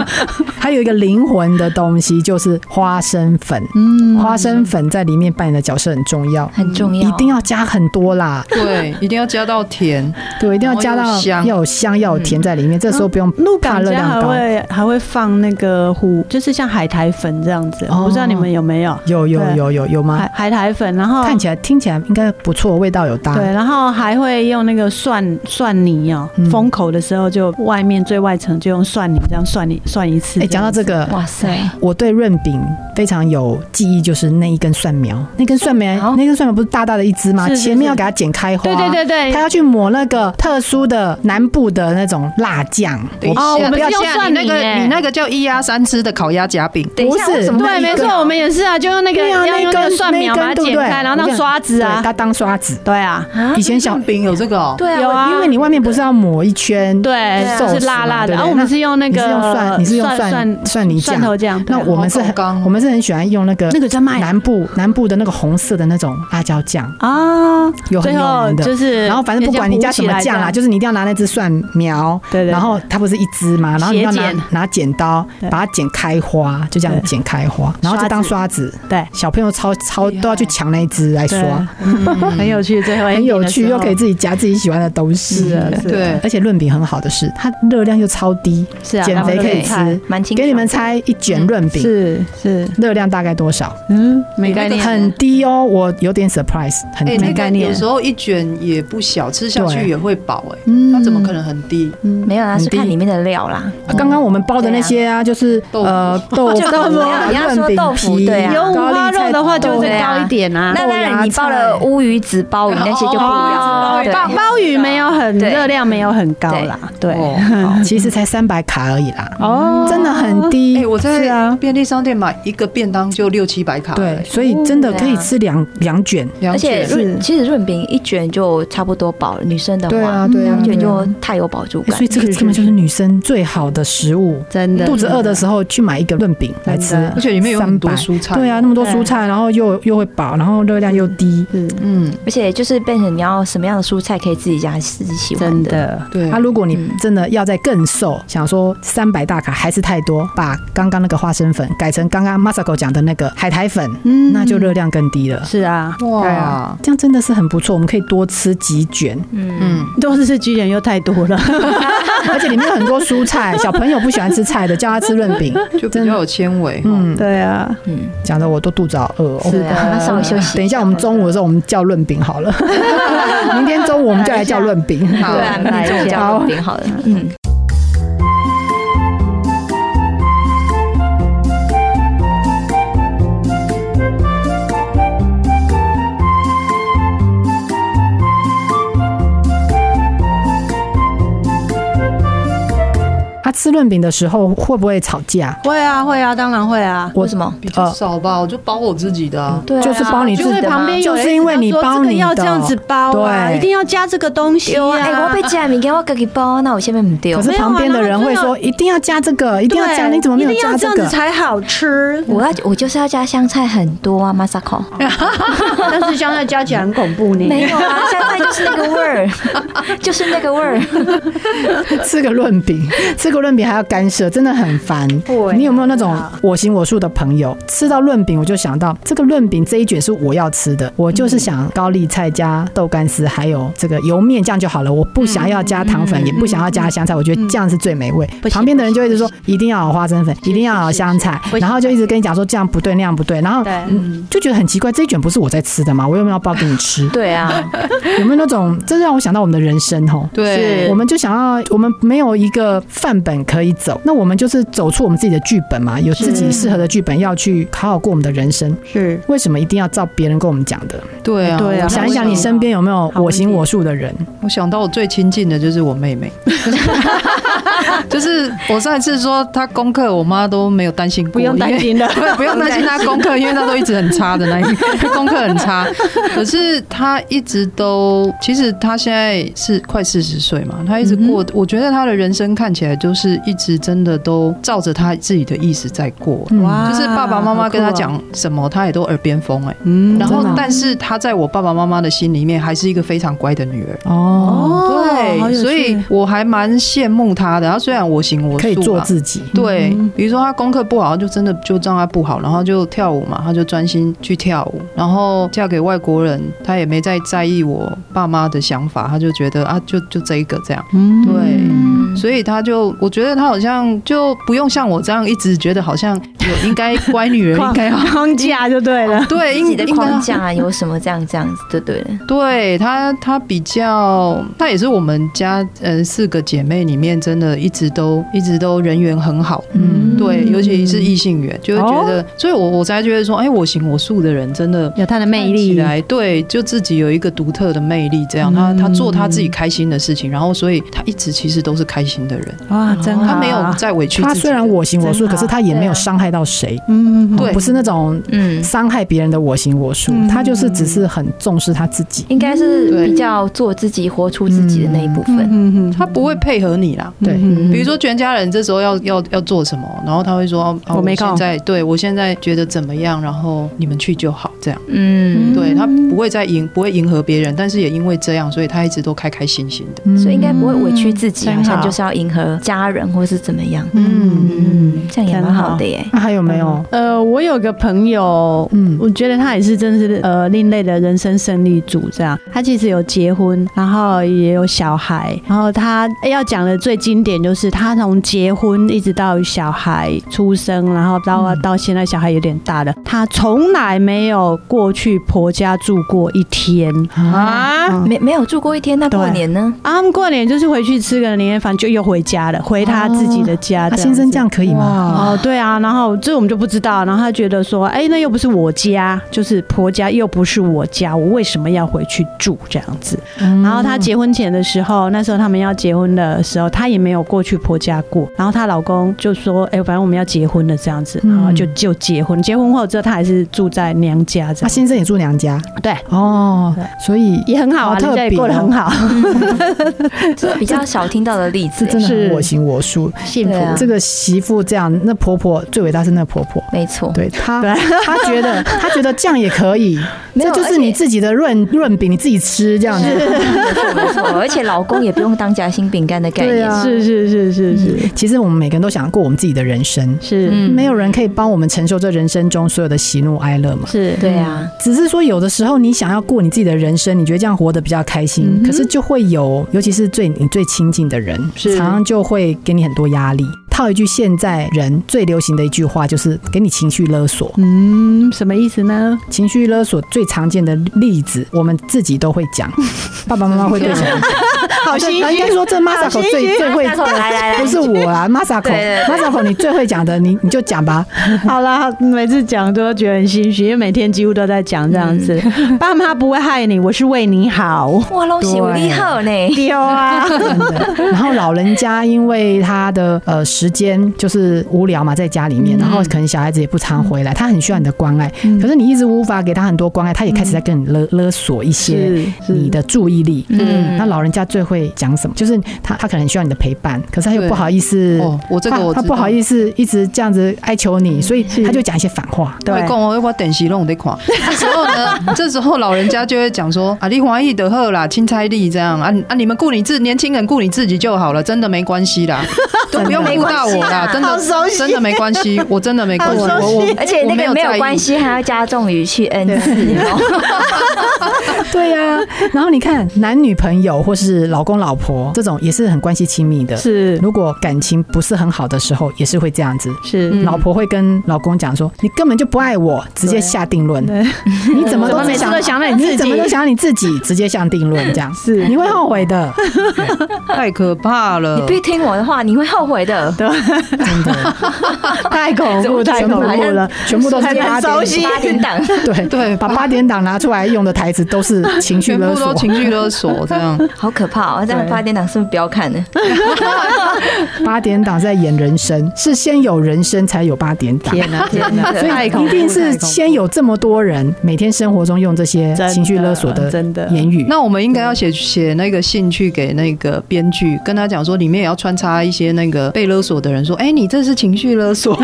S2: 还有一个灵魂的东西就是花生粉，
S4: 嗯，
S2: 花生粉在里面扮演的角色很重要，
S1: 很重要，
S2: 一定要加很多啦。
S3: 对，一定要加到甜。
S2: 对，一定要加
S3: 然后
S4: 哦
S2: 到
S3: 又香
S2: 要有香，要有
S4: 嗯
S2: 甜在里面。这时候不用
S4: 鹿
S2: 怕
S4: 港
S2: 热
S4: 家
S2: 量
S4: 还
S2: 高。
S4: 会还会放那个虎，就是像海苔粉这样子，
S2: 哦
S4: 我不知道你们有没有
S2: 有有
S4: 对哎
S2: 有有有吗
S4: 海？海苔粉，然后
S2: 看起来听起来应该不错，味道有搭。
S4: 对，然后还会用那个蒜蒜泥哦
S2: 嗯，
S4: 封口的时候就外面最外层就用蒜泥这样蒜泥蒜一次。
S2: 哎，讲到这个，
S1: 哇塞，
S2: 我对润饼非常有记忆，就是那一根蒜苗，那根蒜
S1: 蒜苗
S2: 苗，那根蒜苗不是大大的一只吗？
S4: 哦是是
S2: 前面
S4: 是
S2: 要给它剪开花。
S4: 对对对对
S2: 他，要去抹那个特殊的南部的那种辣酱，
S3: 等一下
S4: 哦我们
S3: 等一
S4: 是用
S3: 下
S4: 蒜
S3: 你那
S4: 泥
S3: 个
S4: 耶
S3: 你那个叫一鸭三吃的烤鸭夹饼，
S1: 等一下
S2: 不是
S1: 为什么
S2: 对
S1: 会
S4: 对，
S1: 一
S4: 没
S1: 个
S4: 错，我们也是啊，就用那个
S2: 对啊
S4: 要用那
S2: 那
S4: 个
S2: 根
S4: 蒜苗
S2: 那
S4: 把
S2: 根
S4: 它
S2: 对不
S4: 剪
S2: 对
S4: 开，然后当刷子
S2: 对
S4: 啊，
S2: 它当刷子。
S4: 对啊，
S1: 啊
S2: 以前小
S3: 润饼有这个哦。
S1: 对啊，
S4: 有啊
S1: 我
S2: 因为你外面不是要抹一圈，
S4: 对
S1: 啊，
S4: 就是
S2: 寿司嘛
S4: 辣辣
S2: 对不对
S4: 的。然后我们是用那
S2: 你
S4: 个
S2: 是用蒜，你是用蒜蒜泥
S4: 蒜
S2: 酱。
S4: 头酱，
S2: 那
S4: 对啊
S2: 我们是
S3: 好搞纲哦
S2: 很我们是很喜欢用那个
S4: 那个在卖
S2: 南部南部的那个红色的那种辣椒酱，
S4: 啊，
S2: 有很
S4: 最
S2: 有
S4: 后
S2: 名的。
S4: 就是，
S2: 然后反正不管你加什么酱啊啦，
S4: 就
S2: 就是你一定要拿那只蒜苗，
S4: 对对对
S2: 然后它不是一只嘛，然后你要拿
S4: 斜剪
S2: 拿剪刀
S4: 对
S2: 把它剪开花，就这样
S4: 对
S2: 剪开花，然后就当刷子。
S4: 对，
S2: 小朋友超超
S3: 厉害
S2: 都要去抢那一只来刷，
S3: 嗯
S4: 很有趣，最后
S2: 嗯很有趣，又可以
S4: 以
S2: 自己夹自己喜欢的东西。
S4: 是啊，是啊
S3: 对，
S2: 而且润饼很好的是，它热量又超低，
S4: 是啊，
S2: 减肥可以吃。
S1: 蛮清，
S2: 给你们，猜，一卷润饼
S4: 是是，
S2: 热量大概多少？
S4: 嗯，没概念，
S2: 很低哦，我有点 surprise，很
S3: 哎、
S2: 低。
S3: 那
S4: 没概
S3: 个
S4: 念
S3: 有时候一卷也不小，吃下
S2: 嗯
S3: 去
S2: 对
S3: 也会饱哎、
S4: 嗯
S3: 它怎么可？能很低？
S1: 没有啦，啊
S2: 很
S1: 是
S2: 低
S1: 看里面的料啦，
S2: 啊刚刚我们包的那些啊，就是
S3: 豆腐
S2: 呃豆
S1: 就豆腐你要
S2: 润
S1: 说豆
S2: 饼
S1: 腐
S2: 皮，
S1: 对啊
S4: 有五
S2: 高
S4: 花
S2: 丽菜
S4: 肉的话，就
S2: 豆
S4: 会
S1: 对
S4: 再
S1: 啊
S4: 高一点啊。
S1: 那当然，
S2: 芽
S1: 你包了
S2: 菜
S1: 乌鱼子、鲍鱼那些就不一
S3: 哦
S1: 样，对
S3: 鲍
S4: 鲍鲍鱼没有很
S1: 对
S4: 热量，没有很高啦，对，
S3: 哦好
S2: 其实才三百卡而已啦，
S4: 哦
S2: 真的很
S3: 哎、
S2: 低。
S3: 我
S4: 是
S3: 在
S4: 啊
S3: 便利商店买一个便当就六七百卡、哎
S2: 对，，所以真的可以吃两两卷。
S3: 两
S1: 而且
S3: 卷
S1: 润
S4: 是
S1: 其实润饼一卷就差不多饱了，女生的
S2: 对
S1: 话
S2: 啊，，对啊，
S1: 两卷
S2: 对啊
S1: 就太有饱足
S2: 哎
S1: 感
S2: 所以。这个根本就是女生最好的食物。
S4: 真的
S2: 肚子饿的时候去买一个润饼来吃
S4: 真的，
S3: 而且里面有很多
S2: 300。
S3: 蔬菜，
S2: 对啊，那么多蔬菜，然后又又会饱，然后热量又低。
S4: 是
S3: 嗯，
S1: 而且就是变成你要什么样的蔬菜可以自己加自己喜欢
S4: 真
S1: 的。
S4: 的，
S3: 对，
S2: 啊，如果你
S1: 嗯
S2: 真的要再更瘦，想说三百大卡还是太多，把刚刚那个花生粉改成刚刚 Masako 讲的那个海苔粉，
S4: 嗯
S2: 那就热量更低了。
S4: 是啊，
S3: 哇，
S2: 对啊，这样真的是很不错，我们可以多吃几卷，
S1: 嗯，
S3: 嗯，
S4: 都是吃鸡人又太多 了，
S2: 而且里面有很多蔬菜，小朋友不喜欢吃菜的，叫他吃润饼。
S3: 就比较有纤维，嗯，
S2: 嗯，
S4: 对啊，
S1: 嗯，
S2: 讲的我都肚子好饿哦。
S1: 是啊，那稍微休息。
S2: 等一下，我们中午的时候我们叫润饼好了。明天中午我们就来叫润饼。
S3: 好
S1: 对啊，明天中午加肉饼好了。嗯，
S2: 啊，啊，吃润饼的时候会不会吵架？
S4: 会啊会啊，当然会啊。
S2: 我
S1: 为什么？
S3: 比较少吧，我就包我自己的、
S2: 哦
S3: 啊。
S1: 对啊，
S2: 就是包你自
S4: 就
S2: 己
S4: 会
S1: 的
S4: 旁边有人
S2: 就是因为你
S4: 一直
S2: 包
S4: 说这个
S2: 你的
S4: 要这样子包啊，
S2: 对
S4: 一定要加这个东西
S1: 丢啊！哎、我
S4: 啊。
S1: 要 被夹米给我给给包，那我下面不丢？
S2: 可。是
S4: 没有啊
S2: 旁边的人会
S4: 那
S2: 说一定要加这个，一定要加，
S4: 对
S2: 你怎么没有
S4: 一定
S2: 加
S4: 要这样
S2: 个
S4: 子？ 才好吃
S1: 我要我就是要加香菜很多啊，Masako。
S4: 但是香菜加起来很恐怖呢。
S1: 没有啊，香菜就是那个味 儿，就是那个味儿。？
S2: 吃个润饼，吃个润饼还要干涉，真的很烦。
S4: 会啊
S2: 你有没有那种
S4: 对啊
S2: 我行我素的朋友？吃到润饼，我就想到这个润饼这一卷是我要吃的，我就是想高丽菜加豆干丝，还有这个油面酱就好了。我不想要加糖粉，
S3: 嗯
S2: 也不想要加香菜，我觉得这样是最美味。
S4: 不行
S2: 旁边的人就一直说一定要有花生粉，一定要有
S4: 不行
S2: 香菜
S4: 不，行
S2: 然后就一直跟你讲说这样不对那样不对，然后
S4: 对
S2: 嗯就觉得很奇怪，这一卷不是我在吃的吗？我有没有要包给你吃
S1: 对啊，
S2: 有没有那种？这让我想到我们的人生吼。
S3: 对，
S2: 我们就想要，我们没有一个范本可以走，那我们就是走出我们自己的剧本嘛，有自己适合的剧本要去好好过我们的人生。
S4: 是
S2: 为什么一定要照别人跟我们讲的？
S3: 对啊，
S4: 对啊
S3: 我
S2: 想一想，你身边有没有我行我素的人？
S3: 我想到我最亲近的就是我 妹妹，就是我上一次说她功课，我妈都没有担心过，
S4: 不用担心的
S3: 因 为，不不用担心她功课，因为她都一直很差的那一个， 功课很差。可是她一直都，其实她现在是快四十岁嘛，她一直
S2: 嗯
S3: 过，我觉得她的人生看起来就是一直真的都照着她自己的意思在过。
S2: 哇，
S4: 嗯
S3: 就是爸爸妈妈跟她，
S4: 好酷
S3: 讲什么，她也都耳边风哎、
S4: 哦
S3: 然后
S2: 真的啊，
S3: 但是她在我爸爸妈妈的心里面，还是一个非常乖的女儿。
S2: 哦，
S4: 哦，好
S3: 对，
S4: 有趣
S3: 所以我还蛮羡慕他的。他虽然我行我素啊嘛
S2: 可以做自己。
S3: 对
S4: 嗯，
S3: 比如说他功课不好，就真的就让他不好，然后就跳舞嘛，他就专心去跳舞。然后嫁给外国人，他也没再在意我爸妈的想法，他就觉得啊，就就这一个这样。
S4: 嗯
S3: 对
S1: 嗯，
S3: 所以他就，我觉得他好像就不用像我这样一直觉得好像有应该乖女 人应该要
S4: 框框架就对了。
S3: 对
S1: 自
S3: 应
S1: 己的
S3: 应该
S1: 框
S3: 要
S1: 架啊有什么这样这样子，对对了。
S3: 对她，她比较，她也是我们家呃四个姐妹里面，真的一直都一直都人缘很好。
S2: 嗯，哦
S3: 对，尤其是异性缘，就会觉得，所以我我才觉得说，哎，我行我素的人真的
S4: 有它的魅
S3: 看起
S4: 力，
S3: 来对，就自己有一个独特的魅力，这样他他做他
S2: 嗯
S3: 自己开心的事情，然后所以他一直其实都是开心的人，
S4: 哇，真好。
S3: 他没有在委屈
S2: 他
S3: 自己
S2: 虽然
S3: 的。
S2: 我行我素，
S4: 真好
S2: 可是他也没有伤害到谁，
S4: 嗯，嗯，嗯
S3: 对
S2: 不是那种
S1: 嗯，
S2: 伤害别人的我行我素，
S4: 嗯
S2: 他就是只是很重视他自己。
S1: 应该是
S3: 对
S1: 比较做自己、活出自己的那一部分。
S4: 嗯嗯，
S3: 他不会配合你啦，
S2: 对
S1: 嗯
S3: 比如说全家人这时候要要要做什么，然后他会说，哦、
S4: 我没空
S3: 现在对我现在觉得怎么样，然后你们去就好，这样。
S1: 嗯，
S3: 对他不会再迎不会迎合别人，但是也因为这样，所以他一直都开开心心的。
S1: 所以
S2: 嗯
S1: 应该不会委屈自己，
S4: 嗯
S1: 好像
S4: 真好
S1: 就是要迎合家人或是怎么样。
S4: 嗯
S1: 嗯，这样也蛮好的耶。
S2: 那还有没有？
S4: 呃，我有个朋友，
S2: 嗯
S4: 我觉得他也是真的是呃另类的人生胜利组这样。他其实有结婚，然后也有小孩，然后他哎要讲的最经典就是他从结婚一直到小孩出生，然后到、
S2: 嗯
S4: 到现在小孩有点大了，他从来没有过去婆家住过一天。
S2: 啊，嗯
S1: 没没有住过一天，那过
S4: 对
S1: 年呢？
S4: 啊，他们过年就是回去吃个年夜饭，就又回家了，回他自己的家。
S2: 他
S4: 啊这样
S2: 先生
S4: 子
S2: 这样可以吗？
S4: 哦，对啊，然后这我们就不知道，然后他觉得说，哎，那又不是我家，就是婆家又不是我家，我为什么要回去住这样子？然后她结婚前的时候，那时候他们要结婚的时候，她也没有过去婆家过。然后她老公就说，哎，反正我们要结婚了这样子，
S2: 嗯
S4: 然后就就结婚。结婚后之后，她还是住在娘家这
S2: 他
S4: 样，
S2: 先生也住娘家
S4: 啊对，
S2: 哦
S4: 对，
S2: 所以
S4: 也很好啊，
S2: 好特
S4: 人家也过得
S2: 别哦
S4: 很好，
S1: 这比较少听到的例子
S2: 是
S1: 耶。
S2: 真的很
S4: 是
S2: 我行我素。
S4: 幸
S1: 对啊
S4: 福。
S2: 这个媳妇这样，那婆婆最伟大是那婆婆，
S1: 没错，
S2: 对她
S4: 对，啊
S2: 她觉 得她觉得这样也可以，
S1: 没
S2: 这
S1: 有
S2: 就是你自己的润润饼，你自己吃这样子。
S1: 没错没错，而且老公也不用当夹心饼干的概
S2: 对
S1: 念。
S2: 啊，
S4: 是是是是是
S2: 其实我们每个人都想过我们自己的人生，
S4: 是
S1: 嗯
S2: 没有人可以帮我们承受这人生中所有的喜怒哀乐嘛。
S4: 是，
S1: 对啊，
S2: 只是说，有的时候你想要过你自己的人生，你觉得这样活得比较开心，
S4: 嗯哼
S2: 可是就会有，尤其是最你最亲近的人，
S4: 是
S2: 常常就会给你很多压力。套一句现在人最流行的一句话，就是给你情绪勒索。
S4: 嗯，什么意思呢？
S2: 情绪 勒索最常见的例子，我们自己都会讲，爸爸妈妈会对小孩讲，
S4: 好心
S2: 他应
S4: 虚
S2: 该，说这 Masako 最最会，
S1: 来来来
S2: 不是我啊
S1: 对对
S2: ，Masako，Masako 你最会讲的，你你就讲吧。
S4: 好啦，每次讲都觉得很心虚，因为每天几乎都在讲这样子。 爸妈不会害你，我是为你 好。
S1: 哇，老师有厉害呢，
S4: 丢啊！
S2: 真的。 然后老人家因为他的呃时间就是无聊嘛，在家里面，
S3: 嗯
S2: 然后可能小孩子也不常回来，他很需要你的关爱，
S4: 嗯
S2: 可是你一直无法给他很多关爱，他也开始在跟你勒勒索一些你的注意力。
S1: 嗯
S2: 那老人家最会讲什么？就是他，他可能需要你的陪伴，可是他又
S3: 对
S2: 不好意思，
S3: 哦，我这个我
S2: 他他不好
S3: 思，
S2: 意思一直这样子哀求你，所以
S4: 是
S2: 他就讲一些反话。
S3: 我
S4: 对
S3: 会，讲哦，要不要等息弄得 垮？这时候呢，这时候老人家就会讲说啊，你怀疑的喝啦，钦差力这样啊啊，你们顾你自年轻人顾你自己就好了，真的没关系 啦，都不用顾到我啦，真
S4: 没关系啊好
S3: 的
S4: 熟悉
S3: 真的没关系，我真的没关系，
S4: 好熟
S3: 我
S4: 悉
S3: 我
S1: 而且那个
S3: 我
S1: 没
S3: 没
S1: 有
S3: 在意
S1: 关系，还要加重语气 n 次哦。
S2: 对呀、然后你看男女朋友或是老公老婆这种也是很关系亲密的，
S4: 是
S2: 如果感情不是很好的时候，也是会这样子。
S4: 是，
S2: 老婆会跟老公讲说：“你根本就不爱我，直接下定论。
S4: 对
S2: 你怎么
S4: 怎
S2: 都
S4: 么每
S2: 只
S4: 次
S2: 想
S4: 都想到你
S2: 你
S4: 自
S2: 怎
S4: 己
S2: 么？都想你自己，直接下定论这样，
S4: 是
S2: 你会后悔 的，
S3: 太可怕
S1: 你
S3: 了
S1: 必。须听我的话，你会后悔的。
S2: 真的，
S4: 太恐怖，太
S2: 全
S4: 恐
S2: 部
S4: 怖了，
S2: 全部都是
S4: 很
S2: 八
S4: 熟悉
S2: 点，
S1: 八点档，
S2: 对
S3: 对
S2: 把八点档拿出来用的台词都是情绪
S3: 全
S2: 勒
S3: 部都
S2: 索，
S3: 情绪勒索这样，
S1: 好可怕哦！这样
S2: 对
S1: 八点档是不是不要看呢？
S2: 嗯八点档在演人生，是先有人生才有八点档。
S4: 天哪，
S1: 天
S4: 天
S1: 哪
S4: 哪，
S1: 所以
S4: 太恐
S2: 一
S4: 怖
S2: 定是先有这么多人每天生活中用这些
S4: 真的
S2: 情绪勒索的
S4: 真的
S2: 言语，
S3: 那我们应该要写写那个信去给那个编剧，跟他讲说，里面也要穿插一些那个被勒索的人，说，哎、你这是情绪勒索。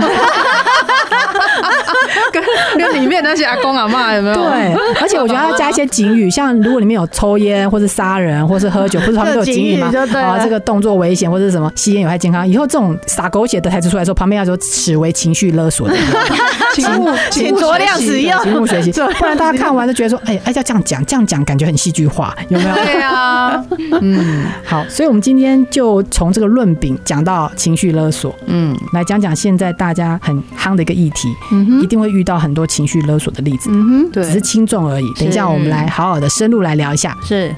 S3: 跟跟里面那些阿公阿妈有没有？
S2: 对，
S4: 嗯
S2: 而且我觉得要加一些警语，像如果里面有抽烟或是杀人或是喝酒，不是旁边都有警语吗？
S4: 就警语就对了
S2: 啊，这个动作危险或者什么吸烟有害健康，以后这种撒狗血的台词出来的时候，旁边要说此为情绪勒 索的言语，
S3: 请勿
S4: 请
S3: 勿
S4: 酌
S3: 学
S4: 量
S3: 习
S4: 使用，
S2: 请勿 学习，
S4: 酌量
S2: 不然大家看完都觉得说，哎，哎要这样讲，这样讲感觉很戏剧化，有没 有？
S3: 对啊，嗯
S2: 好，所以我们今天就从这个论饼讲到情绪勒索，
S3: 嗯
S2: 来讲讲现在大家很夯的一个议题，
S3: 嗯
S2: 一定会遇到很多情绪勒索的例子，
S4: 嗯哼，
S3: 对
S2: 只是轻重而已。等一下，我们来好好的深入来聊一下。
S4: 是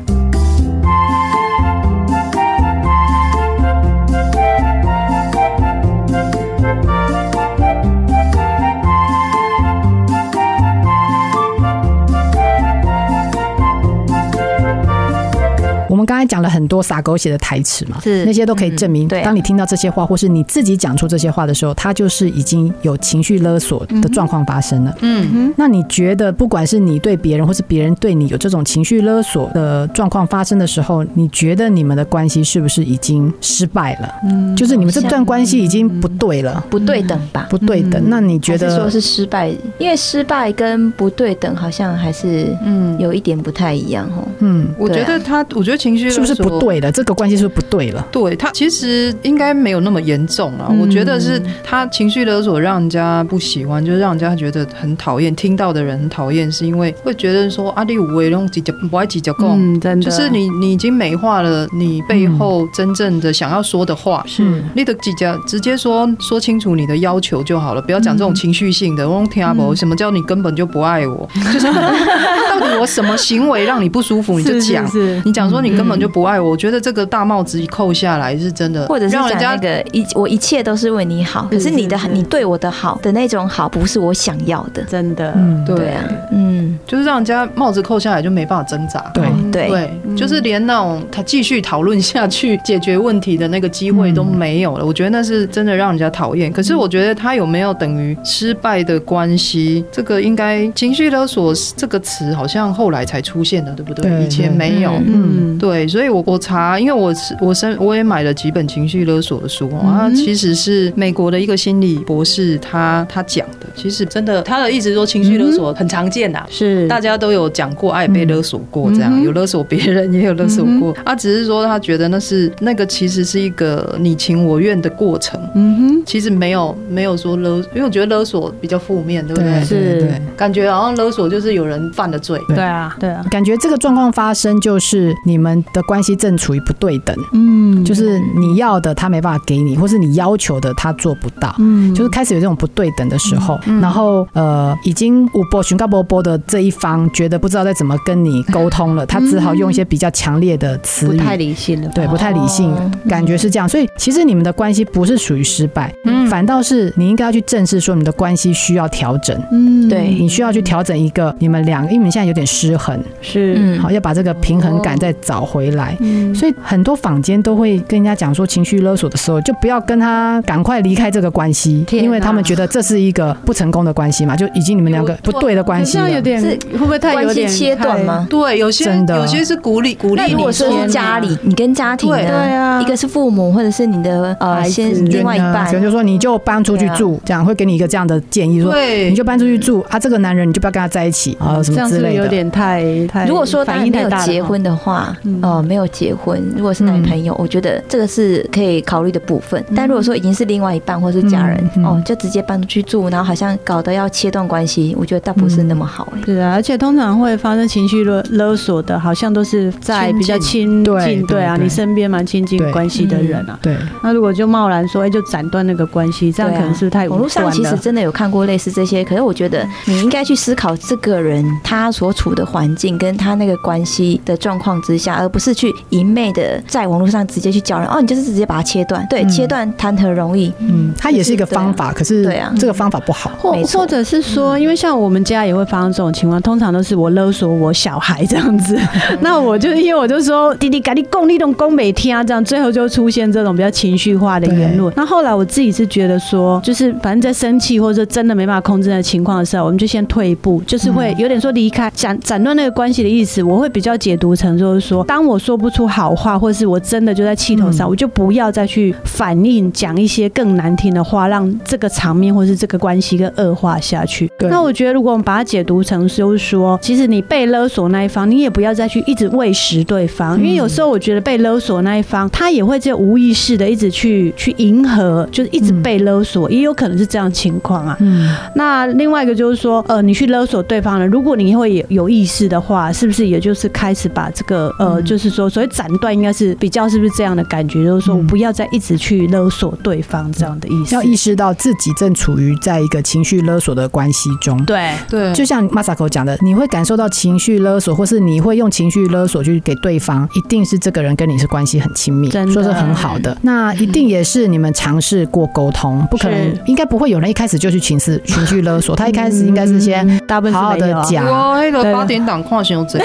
S2: 我们刚才讲了很多撒狗血的台词嘛，
S4: 是
S2: 那些都可以证明，
S1: 嗯对啊
S2: 当你听到这些话，或是你自己讲出这些话的时候，他就是已经有情绪勒索的状况发生了。
S3: 嗯，
S2: 那你觉得，不管是你对别人，或是别人对你有这种情绪勒索的状况发生的时候，你觉得你们的关系是不是已经失败了？嗯，就是你们这段关系已经不对了，
S1: 不对等吧？
S2: 不对的。那你觉
S1: 还是说
S2: 得？
S1: 是失败？因为失败跟不对等好像还是
S3: 嗯
S1: 有一点不太一样哦。
S2: 嗯，
S3: 我觉得他，我觉得情绪勒
S2: 是不是
S3: 索
S2: 不对的？这个关系是不是不对了？
S3: 对他其实应该没有那么严重啦，
S2: 嗯
S3: 我觉得是他情绪勒索让人家不喜欢，就是让人家觉得很讨厌，听到的人很讨厌，是因为会觉得说阿啊里五为弄几脚不爱几脚共，
S4: 嗯，真的
S3: 就是你你已经美化了你背后真正的想要说的话。
S4: 是
S3: 你的几家直接说说清楚你的要求就好了，不要讲这种情绪性的。我听啊阿伯，什么叫你根本就不爱我？ 就是到底我什么行为让你不舒服，你就是讲。
S4: 是
S3: 你讲说你根本就不爱我，我觉得这个大帽子一扣下来是真的，
S1: 或者是
S3: 让人
S1: 讲那
S3: 家
S1: 个一我一切都是为你好，可是你的
S4: 是是
S1: 你对我的好的那种好，不是我想要的。
S4: 真的，
S2: 嗯，
S1: 对啊，嗯，
S3: 就是让人家帽子扣下来就没办法挣扎。
S2: 对。
S1: 对，
S3: 对，就是连那种他继续讨论下去 解决问题的那个机会都没有了，我觉得那是真的让人家讨厌。可是我觉得他有没有等于失败的关系，这个应该情绪勒索这个词好像后来才出现的，对不对？
S2: 对
S3: 以前没有。
S1: 嗯
S4: 嗯，
S3: 对，所以我我查，因为我是我身我也买了几本情绪勒索的书哦，啊、其实是美国的一个心理博士他他讲的，其实真的他的意思说情绪勒索很常见啊呐、
S4: 是
S3: 大家都有讲过，爱被勒索过，这样、
S2: 嗯
S3: 有勒索别人，也有勒索过。他、只是说他觉得那是那个其实是一个你情我愿的过程，
S4: 嗯
S3: 其实没有没有说勒，因为我觉得勒索比较负面，对不对？
S2: 对对
S4: 是
S2: 对，
S3: 感觉好像勒索就是有人犯了罪，
S4: 哼，对啊，对啊，
S2: 感觉这个状况发生，就是你们的关系正处于不对等，
S4: 嗯，
S2: 就是你要的他没办法给你，或是你要求的他做不到。
S4: 嗯
S2: 就是开始有这种不对等的时候，然后呃，已经五波寻告波波的这一方觉得不知道再怎么跟你沟通了，他只好用一些比较强烈的词
S4: 不
S2: 语，
S4: 太理性了吧，
S2: 对，不太理性，
S1: 哦
S2: 感觉是这样。所以其实你们的关系不是属于失败，
S3: 嗯
S2: 反倒是你应该要去正视说你们的关系需要调整。
S4: 嗯，
S1: 对
S2: 你需要去调整一个你们两，因为你们现在有点失衡，
S4: 是，
S1: 嗯哦
S2: 好，要把这个平衡感再找回来。
S4: 嗯
S2: 所以很多坊间都会跟人家讲说，情绪勒索的时候就不要跟他赶快离开这个关系，
S1: 天哪
S2: 因为他们觉得这是一个不成功的关系嘛，就已经你们两个不对的关系
S4: 这样有
S2: 了。
S4: 点
S1: 是
S4: 会不会太有
S1: 关系
S4: 点
S1: 切断
S4: 太
S1: 吗？？
S3: 对，有些
S2: 真的
S3: 有些是鼓励鼓励
S1: 那
S3: 你
S1: 如果说
S3: 说
S1: 是家里，你跟家庭呢？
S3: 对
S4: 对啊
S1: 一个是父母，或者是你的呃
S4: 孩子
S1: 先另外一半
S2: 可，能就嗯说你就搬出去
S1: 对啊
S2: 住，这样会给你一个这样的建议，说
S3: 对
S2: 你就搬出去住啊，这个男人你就不要跟他在一起啊，什
S4: 哦这
S2: 么
S4: 样是
S2: 之
S4: 不是
S2: 类
S4: 有
S2: 的。
S4: 点太太，
S1: 如果说他
S4: 哎反应
S1: 没
S4: 太
S1: 有
S4: 大了
S1: 结
S4: 哈
S1: 婚的话，
S4: 嗯
S1: 哦，没有结婚，如果是男女朋友，我觉得这个是可以考虑的部分。
S4: 嗯
S1: 但如果说已经是另外一半或是家人，
S2: 嗯嗯
S1: 哦，就直接搬出去住，然后好像搞得要切断关系，我觉得倒不是那么好、欸。
S4: 是啊，而且通常会发生情绪勒勒索的，好像都是在比较亲
S2: 对
S4: 近，
S2: 对
S4: 对啊，
S2: 对
S4: 你身边蛮亲近
S2: 对
S4: 关系的人啊。
S2: 对，
S4: 那如果就贸然说，哎，就斩断那个关系，这样
S1: 嗯对
S4: 可
S1: 啊
S4: 能是不是太
S1: 网
S4: 武
S1: 络上
S4: 断
S1: 其实
S4: 了。嗯
S1: 真的有看过类似这些，可是我觉得你应该去思考这个人他所处的环境跟他那个关系的状况之下，而不是去一昧的在网络上直接去教人哦，你就是直接把它切断，对，
S2: 嗯
S1: 切断谈何容易？
S2: 嗯，它也是一个方法，可是
S1: 对啊
S2: 这个方法不好。
S4: 或
S1: 没错
S4: 或者是说，因为像我们家也会发生这种情况，通常都是我勒索我小孩这样子，那我就因为我就说弟弟赶紧供你懂供每天啊，这样最后就出现这种比较情绪化的言论。那后来我自己是觉得说，就是反正在生气或者真的没办法控制的情况的时候，我们就先退一步，就是会有点说离开斩斩断那个关系的意思。我会比较解读成就是说，当我说不出好话，或是我真的就在气头
S2: 嗯
S4: 上，我就不要再去反应讲一些更难听的话，让这个场面或是这个关系更恶化下去。
S2: 对
S4: 那我觉得，如果我们把它解读成就是说，其实你被勒索那一方，你也不要再去一直喂食对方，因为有时候我觉得被勒索那一方，他也会这无意识的一直去去迎合，就是一直
S2: 嗯
S4: 被勒索，也有可能是这样情况啊。
S2: 嗯，
S4: 那另外一个就是说，呃，你去勒索对方了，如果你会有有意识的话，是不是也就是开始把这个呃，
S2: 嗯
S4: 就是说所谓斩断，应该是比较是不是这样的感觉，就是说
S2: 嗯
S4: 我不要再一直去勒索对方这样的意思。
S2: 要意识到自己正处于在一个情绪勒索的关系中。
S4: 对，
S3: 对，
S2: 就像 Masako 讲的，你会感受到情绪勒索，或是你会用情绪勒索去给对方，一定是这个人跟你是关系很亲密，
S4: 真的嗯
S2: 说是很好的，那一定也是你们尝试过沟通，不可能
S4: 是，
S2: 应该不会有人一开始就去情绪情绪勒索，他一开始应该是先
S4: 嗯大部分
S2: 好好
S4: 是没
S2: 的
S4: 有啊
S2: 讲，
S3: 我黑头
S4: 对
S3: 八点档看熊贼，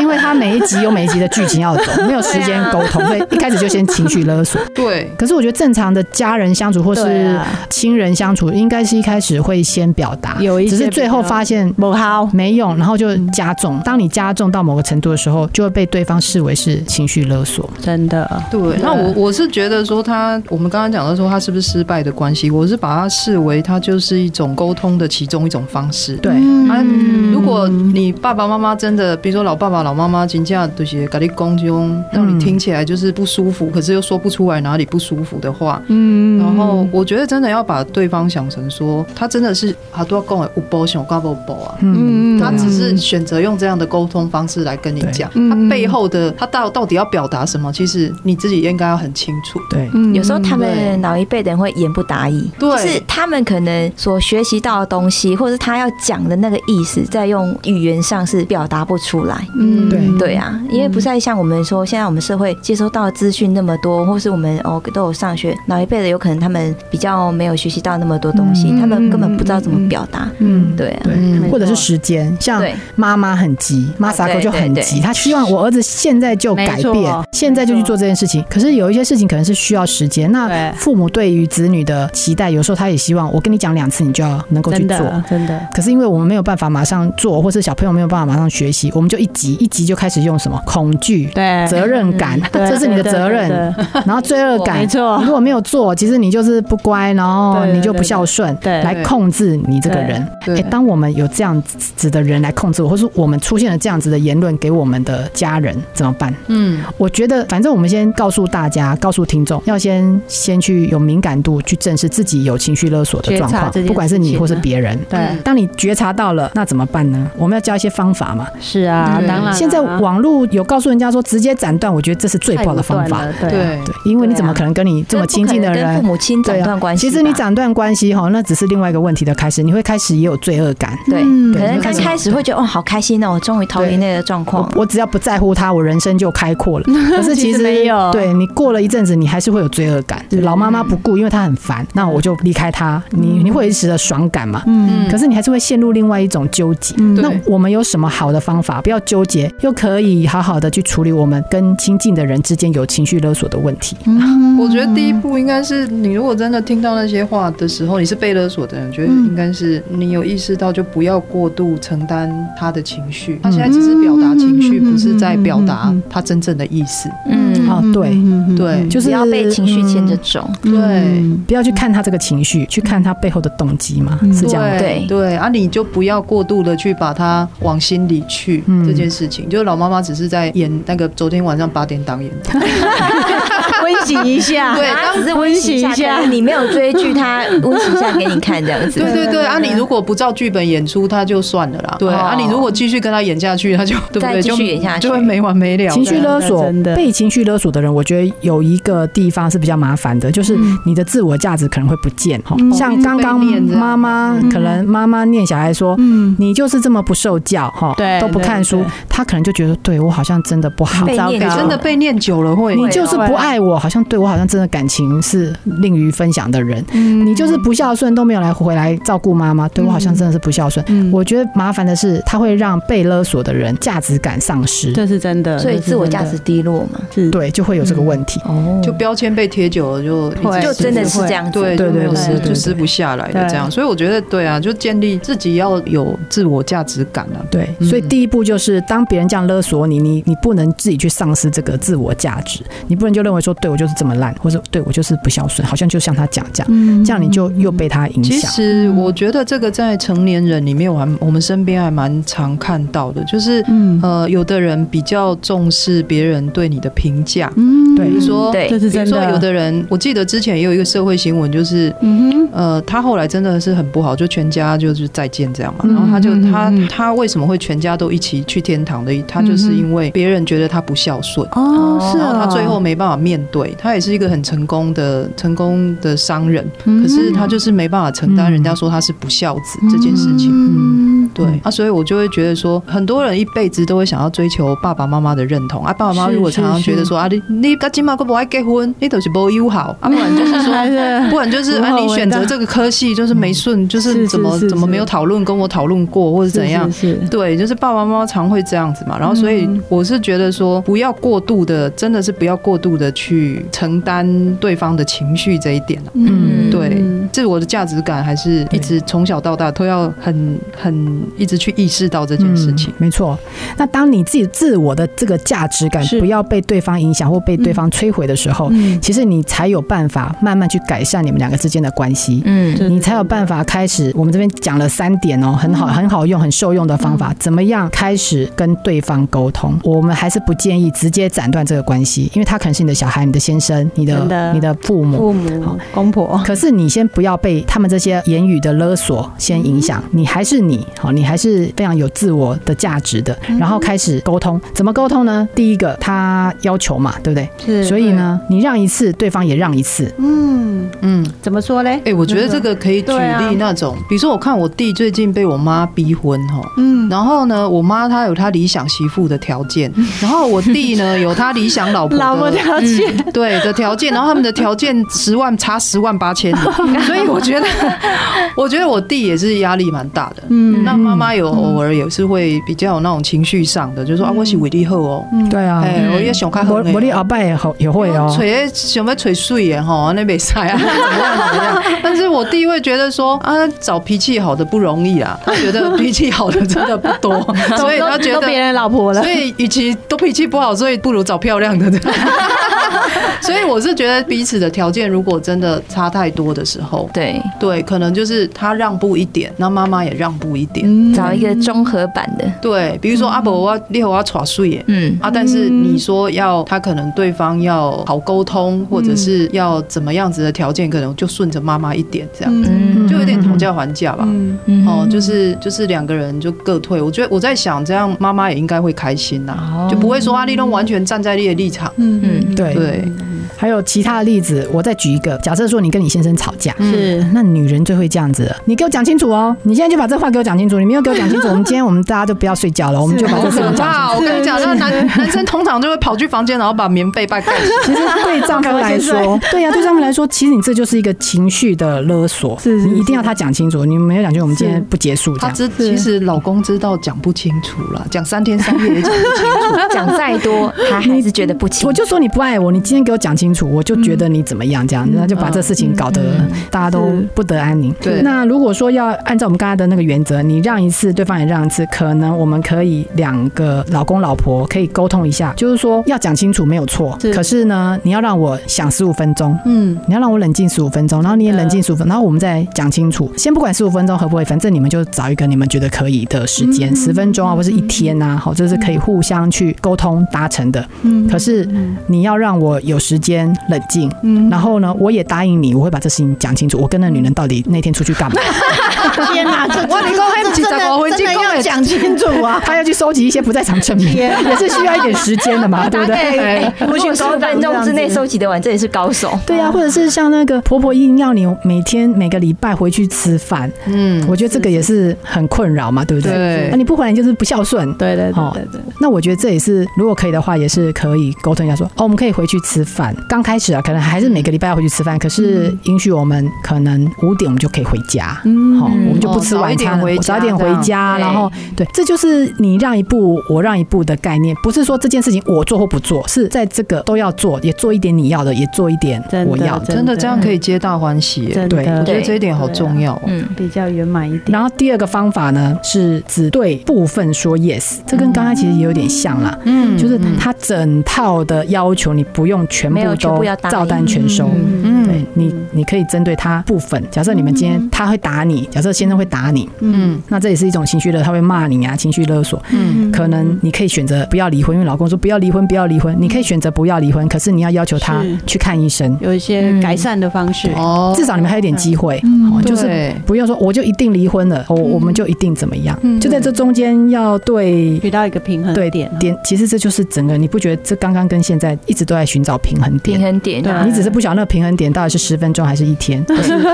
S2: 因为他每一集有每一集的剧情要走，没有时间
S4: 啊
S2: 沟通，所以一开始就先情绪勒索。
S3: 对，
S2: 可是我觉得正常的家人相处或
S4: 对
S2: 是
S4: 啊
S2: 亲人相处，应该是一开始会先表达，
S4: 有一些
S2: 只是最后发现
S4: 不好。
S2: 没用，然后就加重。当你加重到某个程度的时候，就会被对方视为是情绪勒索。
S4: 真的，
S3: 对，那我我是觉得说他，我们刚刚讲的说他是不是失败的关系，我是把它视为它就是一种沟通的其中一种方式。
S2: 对，
S3: 啊，
S4: 嗯
S3: 如果你爸爸妈妈真的，比如说老爸爸、老妈妈，请假这些咖喱公用，让你听起来就是不舒服，可是又说不出来哪里不舒服的话，
S4: 嗯
S3: 然后我觉得真的要把对方想成说，他真的是啊都要跟我不包想干不包啊，
S2: 嗯，
S4: 嗯
S3: 他只是选择用这样的沟通方式来跟你讲，
S4: 嗯
S3: 他背后的他到到底要表达什么，其实你自己应该要很清楚。
S2: 对，
S1: 有时候他
S3: 对
S1: 们老一辈的人会言不达意，
S3: 对
S1: 就是他们可能所学习到的东西，或者是他要讲的那个意思，在用语言上是表达不出来。
S4: 嗯
S2: 对
S1: 对啊，因为不再像我们说，现在我们社会接收到的资讯那么多，或是我们哦都有上学，老一辈的有可能他们比较没有学习到那么多东西，
S2: 嗯
S1: 他们根本不知道怎么表达。
S2: 嗯，
S1: 对啊，
S2: 对
S3: 嗯，
S2: 或者是时间，像
S1: 对
S2: 妈妈很
S4: 啊
S2: 急，Masako
S1: 对
S2: 就很
S1: 对
S2: 急，
S1: 对
S2: 她希望我儿子现在就改
S4: 没
S2: 变
S4: 错，
S2: 现在就去做这件事情。可是有一些事情可能是需要时间，那
S4: 对
S2: 父母对于子女的期待，有时候他也希望我跟你讲两次，你就要能够去
S4: 真
S2: 做。
S4: 的真的，
S2: 可是因为我们没有办法马上做，或是小朋友没有办法马上学习，我们就一急一急就开始用什么恐惧、
S4: 嗯对，嗯
S2: 责任感，
S4: 对
S2: 这是你的
S4: 对对
S2: 责任，
S4: 对
S2: 然后罪恶
S4: 对
S2: 感
S4: 没。错
S2: 你，如果没有做，其实你就是不乖，然后
S4: 对对
S2: 你就不孝顺，
S4: 对对
S2: 来控制你这个人。
S3: 对
S2: 诶当我们有这样子的人来控制我，或是我们出现了这样子的言论给我们的家人怎么办？
S3: 嗯，
S2: 我觉得，反正我们先告诉大家，告诉听众，要先先去有敏感度，去正视自己有情绪勒索的
S4: 觉察
S2: 状况
S4: 这件，事
S2: 不管是你
S4: 情
S2: 或是
S4: 呢
S2: 别人。
S4: 对
S2: 当你觉察到了，那怎么办呢？我们要教一些方法嘛。
S4: 是啊，
S3: 对
S4: 当然啊
S2: 现在网络有告诉人家说直接斩断，我觉得这是最不好的方法。
S4: 太武断了，对啊。
S3: 对，
S2: 对，因为你怎么可能跟你这么亲近的
S1: 这不可啊能跟
S2: 人啊
S1: 父？母亲啊斩断关系
S2: 其
S1: 吧？
S2: 实你斩断关系哈，那只是另外一个问题的开始，你会开始也有罪恶感。
S1: 对，
S3: 嗯
S1: 可能刚
S2: 对
S1: 开始会觉得哦，好开心哦，我终于逃离
S2: 对
S1: 那个状况
S2: 我。我只要不在乎他，我人生就开阔 了。可是
S4: 其
S2: 其
S4: 实
S2: 实
S4: 没有
S2: 对你过了一阵子，你还是会有罪恶感。老妈妈不顾，因为她很烦，那我就离开她，你你会有一时的爽感嘛？
S4: 嗯，
S2: 可是你还是会陷入另外一种纠结。
S3: 对
S2: 那我们有什么好的方法？不要纠结，又可以好好的去处理我们跟亲近的人之间有情绪勒索的问题。
S4: 嗯啊
S3: 我觉得第一步应该是，你如果真的听到那些话的时候，你是被勒索的人，我觉得应该是你有意识到，就不要过度承担他的情绪。他现在只是表达情绪，不是在表达他真正的意思。
S1: 嗯，
S2: 哦对
S4: 嗯
S3: 对
S2: 就是
S1: 不要被情绪牵着走。
S3: 对。
S2: 不
S4: 嗯
S2: 要去看他这个情绪，去看他背后的动机嘛，是这样吗。
S1: 对
S3: 对对啊，你就不要过度的去把它往心里去、
S2: 嗯
S3: 这件事情。就是老妈妈只是在演那个昨天晚上八点档演的，
S4: 温习一 下，
S3: 对
S2: 啊
S1: 他
S3: 当
S1: 只是温习一
S4: 温习一
S1: 下，
S4: 下
S1: 可能你没有追剧，他温习一下给你看这样 子。
S3: 对对对啊，你如果不照剧本演出，他就算了啦。对、啊，你如果继续跟他演下去，他就 对不
S1: 再
S3: 对？
S1: 继
S3: 就
S1: 续演下去
S3: 就会没完没了。
S2: 情绪勒索
S4: 真的，
S2: 被情绪勒索的人，我觉得有一个地方是比较麻烦
S4: 嗯
S2: 的，就是你的自我价值可能会不见哈。像
S4: 哦
S2: 刚刚
S3: 一直被念这样
S2: 妈妈，可能妈妈念小孩说。
S4: 嗯，
S2: 你就是这么不受教哈，
S4: 对
S2: 都不看书
S4: 对对，
S2: 他可能就觉得对我好像真的不好
S1: 被，
S4: 糟
S1: 念
S4: 糕
S1: 着
S3: 哎真的被念久了会，
S2: 你就是不爱我，好像对我好像真的感情是吝于分享的
S4: 嗯
S2: 人，你就是不孝顺都没有来回来照顾妈妈，对我好像真的是不孝顺。
S4: 嗯
S2: 我觉得麻烦的是，他会让被勒索的人价值感丧失，
S4: 这是真的，
S1: 所以
S4: 这是
S1: 自我
S4: 真的
S1: 价值低落嘛。
S4: 是
S2: 对，就会有这
S4: 嗯
S2: 个问题。
S1: 哦
S3: 就标签被贴久了就一直
S4: 会
S1: 就真的是这样子。
S3: 对
S2: 对
S3: 就没有
S2: 对
S3: 撕
S4: 对
S3: 就撕不下来的这样。
S4: 对
S3: 所以我觉得对啊，就建立自己要有自我价值感啊。
S2: 对，
S3: 嗯
S2: 所以第一步就是，当别人这样勒索你，你你不能自己去丧失这个自我价值，你不能就认为说，对我就是这么烂，或者对我就是不孝顺，好像就像他讲
S4: 嗯
S2: 这样，这样你就又被他影
S3: 其
S2: 响。
S3: 实我觉得这个在成年人里面，我还我们身边还蛮常看到的，就是
S4: 嗯
S3: 呃，有的人比较重视别人对你的评价，
S4: 嗯
S2: 对
S3: 比如说，
S1: 对
S4: 这是
S3: 比如
S4: 真
S3: 说
S4: 的，哦
S3: 有的人，我记得之前也有一个社会新闻，就是
S4: 嗯哼，
S3: 呃，他后来真的是很不好，就全家就是再见这样嘛。
S4: 嗯
S3: 然后他就
S4: 嗯
S3: 他
S4: 嗯嗯嗯
S3: 他为什么会全家都一起去天堂的？他就是因为别人觉得他不孝顺。
S4: 哦
S1: 哦
S4: 是
S3: 然后
S4: 啊，
S3: 他最后没办法面对，他也是一个很成功的成功的商人，
S4: 嗯
S3: 可是他就是没办法承担人家说他是不孝子这件事情。
S4: 嗯
S3: 对啊，所以我就会觉得说，很多人一辈子都会想要追求爸爸妈妈的认同啊。爸爸妈妈
S4: 是
S3: 如果常常
S4: 是
S3: 觉得说啊，你你到今嘛都不爱结婚，你都是不友好，啊，不然就是 说。
S4: 还是
S3: 不然就是
S4: 无
S3: 啊，
S4: 后
S3: 你
S4: 为
S3: 选择
S4: 大
S3: 这个科系就是没顺，就是是怎么
S4: 是是
S3: 怎么没有讨论跟我讨论过，或者怎样？
S4: 是是
S3: 对，就是爸爸妈妈常会这样子嘛。然后，所以我是觉得说，不要过度的，真的是不要过度的去承担对方的情绪这一点啊。
S1: 嗯
S3: 对
S4: 嗯，
S3: 自我的价值感还是一直从小到大都要很很一直去意识到这件事情。
S2: 嗯，没错。那当你自己自我的这个价值感
S4: 是
S2: 不要被对方影响或被对方摧毁的时候，
S4: 嗯
S2: 哦其实你才有办法慢慢去改善你们两个之间的关系。
S1: 嗯，
S2: 你才有办法开始。我们这边讲了三点哦，很好，很好用，很受用的方法，怎么样开始跟对方沟通？我们还是不建议直接斩断这个关系，因为他可能是你的小孩、你的先生、你
S4: 真的
S2: 的、你的父母。
S4: 父母
S2: 好、
S4: 公婆，
S2: 可是你先不要被他们这些言语的勒索先影响，你还是你，好，你还是非常有自我的价值的。然后开始沟通，怎么沟通呢？第一个，他要求嘛，对不对？
S4: 是
S2: 所以呢，你让一次，对方也让一次，
S4: 嗯，
S3: 嗯，
S4: 怎么说嘞
S3: 哎、？我觉得这个可以举
S4: 对啊
S3: 例那种，比如说我看我弟最近被我妈逼婚哈，
S4: 嗯，
S3: 然后呢，我妈她有她理想媳妇的条件，然后我弟呢有他理想 老婆
S4: 老婆
S3: 的嗯
S4: 条件，
S3: 对的条件，然后他们的条件十万差十万八千里，所以我觉得， 我觉得我弟也是压力蛮大的。
S4: 嗯
S3: 那妈妈有偶尔也是会比较有那种情绪上的，就说啊，我是伟力后哦，
S2: 对啊。
S3: 哎，我也想看
S2: 我我的鳌拜也好也会哦，
S3: 吹想要吹碎耶吼，那没晒啊，怎么样怎么样？但是我弟会觉得说啊，找脾气好的不容易啊，他觉得脾气好的真的不多，所以他觉
S4: 都
S3: 得
S4: 别人老婆了
S3: 所，以，与其都脾气不好，所以不如找漂亮的。 所以我是觉得彼此的条件如果真的差太多的时候，
S1: 嗯对，
S3: 对，可能就是他让步一点，那妈妈也让步一点。
S4: 嗯
S1: 找一个综合版的，
S3: 对，比如说阿伯我要烈我要耍碎耶。
S1: 嗯，
S3: 啊，但是你说要他可能对方要好沟通，或者是
S4: 嗯
S3: 要怎么样子的条件，可能就顺着妈妈一点这样，
S1: 嗯
S3: 就有点讨价还价吧。
S4: 嗯，
S1: 嗯
S3: 哦，就是就是两个人就各退。我觉得我在想，这样妈妈也应该会开心呐、
S1: 哦
S3: 就不会说阿丽东完全站在你的立场。
S4: 嗯
S1: 嗯
S2: 对
S3: 对，
S2: 还有其他的例子，我再举一个。假设说你跟你先生吵架，
S3: 嗯
S2: 呃
S4: 是
S2: 那女人最会这样子了。你给我讲清楚哦，你现在就把这话给我讲清楚。你没有给我讲清楚，我们今天我们大家就不要睡觉了，我们就把这
S3: 好
S2: 事
S3: 可
S2: 情讲清楚。
S3: 怕！我跟你讲，那男男生通常就会跑去房间，然后把棉被盖盖起来。
S2: 其实对丈夫来 说，对呀、对丈夫来说，其实你这就是一个情绪的勒索，
S4: 是是
S2: 你一定要他讲清楚，你没有讲清楚，我们今天不结束这
S3: 他
S2: 样。
S3: 知其实老公知道讲不清楚啦，讲三天三夜也讲不清楚。
S1: 嗯讲 再多，他还是觉得不清
S2: 我。就说你不爱我，你今天给我讲清楚，我就觉得你怎么样这样，那、就把这事情搞得大家都不得安宁。
S3: 对
S2: 那如果说要按照我们刚才的那个原则，你让一次，对方也让一次，可能我们可以两个老公老婆可以沟通一下，就是说要讲清楚没有错，
S4: 是
S2: 可是呢，你要让我想十五分钟，
S4: 嗯，
S2: 你要让我冷静十五分钟，然后你也冷静十五分，然后我们再讲清楚。先不管十五分钟合不合，反正你们就找一个你们觉得可以的时间，十、分钟啊，或是一天啊，好，这是可以互相去沟通达成的。
S4: 嗯
S2: 可是你要让我有时间冷静，然后呢，我也答应你，我会把这事情讲清楚。我跟那女人到底那天出去干嘛？
S5: 天哪，这
S3: 我跟你讲那不是
S5: 真的
S3: 十五分钟
S5: 真的要讲清楚啊！
S2: 她要去收集一些不在场证明，也是需要一点时间的嘛，对不对？
S1: 哎如果十分钟之内收集得完，这也是高手。
S2: 对呀、啊，或者是像那个婆婆硬要你每天每个礼拜回去吃饭，
S3: 嗯，
S2: 我觉得这个也是很困扰嘛，对不对？
S3: 对
S2: 那、你不回来你就是不孝顺。
S4: 对对对
S2: 哦
S4: 对对，
S2: 那我觉得这也是，如果可以的话，也是可以沟通一下说，哦，我们可以回去吃饭。刚开始啊，可能还是每个礼拜要回去吃
S3: 嗯
S2: 饭，可是允许我们可能五点我们就可以回家，
S4: 嗯
S2: 好、我们就不吃晚餐了，
S3: 哦
S2: 我早
S3: 早一
S2: 一
S3: 点
S2: 点
S3: 回
S2: 回
S3: 家
S2: 家。
S3: 这样
S2: 然后对，这就是你让一步，我让一步的概念，不是说这件事情我做或不做，是在这个都要做，也做一点你要的，也做一点
S4: 真的
S2: 我要的。
S3: 真的这样可以皆大欢喜耶。
S4: 真
S2: 对
S4: 的
S3: 我觉得
S1: 对
S3: 这一点好重要哦。
S1: 嗯，
S4: 比较圆满一点。
S2: 然后第二个方法呢，是只对部分说 yes，这跟刚才其实也有点像啦，
S3: 嗯
S2: 就是他整套的要求你不用全部
S1: 没有全
S2: 都
S1: 部要答应
S2: 照单全收。
S3: 嗯
S2: 对你，你可以针对他部分。假设你们今天他会打你，假设先生会打你，
S3: 嗯
S2: 那这也是一种情绪勒，他会骂你啊，情绪勒索。
S3: 嗯
S2: 可能你可以选择不要离婚，因为老公说不要离婚，不要离婚。你可以选择不要离婚，可是你要要求他
S4: 是
S2: 去看医生，
S4: 有一些改善的方式，
S3: 哦
S2: 至少你们还有一点机会，哦就是
S3: 对
S2: 不用说我就一定离婚了，我、哦我们就一定怎么样，就在这中间要对。
S4: 取到一个平衡
S2: 对
S4: 点。
S2: 点，其实这就是整个，你不觉得这刚刚跟现在一直都在寻找平衡
S1: 平
S2: 点？
S1: 衡点啊，
S2: 你只是不晓得那个平衡点到底是十分钟还是一天，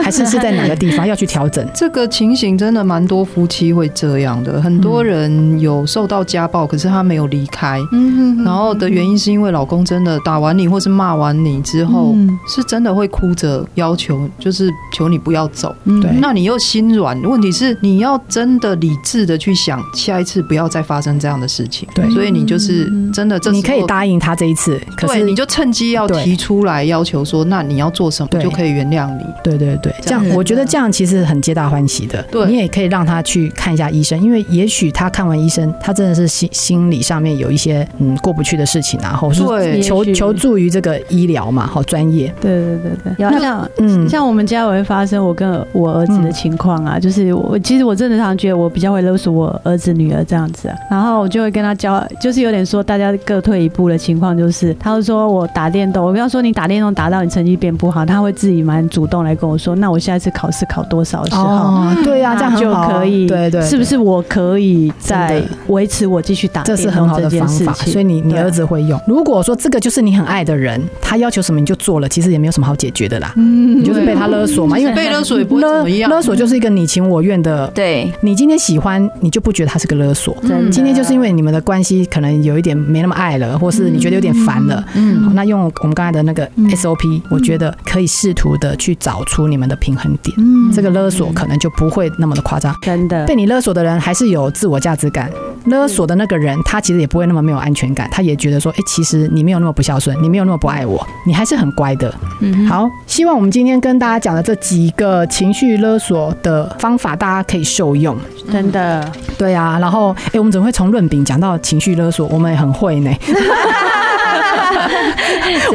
S2: 还是是在哪个地方要去调整？
S3: 这个情形真的蛮多夫妻会这样的，很多人有受到家暴，可是他没有离开，
S4: 嗯
S3: 然后的原因是因为老公真的打完你或是骂完你之后，
S4: 嗯
S3: 是真的会哭着要求，就是求你不要走。
S4: 嗯
S2: 对
S3: 那你又心软，问题是你要真的理智的去想，下一次不要再发生这样的事情。
S2: 对
S3: 所以你就是真 的这时候，
S2: 你可以答应他这一次，可
S3: 对，
S2: 是
S3: 你就趁机要
S2: 对
S3: 提出来要求说，那你要做什么
S2: 对
S3: 就可以原谅你。
S2: 对对对，这
S3: 这样
S2: 样
S1: 子
S2: 我觉得这样其实很皆大欢喜的。
S3: 对
S2: 你也可以让他去看一下医生，因为也许他看完医生，他真的是心心理上面有一些嗯过不去的事情啊，或是
S3: 对
S2: 求
S4: 也许
S2: 求助于这个医疗嘛，好专业。
S4: 对对对对，要啊像
S2: 嗯
S4: 像我们家也会发生我跟我儿子的情况啊，就是我其实我真的常觉得我比较会勒索我儿子女儿这样子啊、然后我就会跟他交，就是有点说大家各退一步的情况，就是他会说我打电动，我跟他说你打电动打到你成绩变不好，他会自己蛮主动来跟我说，那我下一次考试考多少的时候。
S2: 哦，对呀、
S4: 那
S2: 这样很
S4: 就
S2: 好啊，
S4: 可以，
S2: 对对，
S4: 是不
S2: 对？
S4: 是我可以再
S2: 真的
S4: 维持我继续打
S2: 这
S4: 啊电
S2: 是很
S4: 动
S2: 好的
S4: 件
S2: 方
S4: 事
S2: 法，
S4: 情？
S2: 所以你你
S4: 对啊
S2: 儿子会用。如果说这个就是你很爱的人，他要求什么你就做了，其实也没有什么好解决的啦，
S4: 嗯
S2: 你就是被他勒索嘛，因为
S3: 哎被勒索也不会怎
S2: 勒
S3: 么样。
S2: 勒索就是一个你情我愿的。
S1: 对，
S2: 你今天喜欢，你就不觉得他是个勒索，
S3: 啊嗯
S4: 真
S2: 今天就是 因为你们的关系可能有一点没那么爱了，或是你觉得有点烦了，
S3: 嗯
S2: 好，那用我们刚才的那个 SOP，、我觉得可以试图的去找出你们的平衡点，
S4: 嗯
S2: 这个勒索可能就不会那么的夸张。
S4: 真的
S2: 呃被你勒索的人还是有自我价值感，勒索的那个人他其实也不会那么没有安全感，他也觉得说，哎、其实你没有那么不孝顺，你没有那么不爱我，你还是很乖的。
S1: 嗯，
S2: 好，希望我们今天跟大家讲的这几个情绪勒索的方法，大家可以受用。
S4: 真的，
S2: 对啊，然后哎、诶我们怎么会从润饼讲到情绪勒索？我们也很会呢。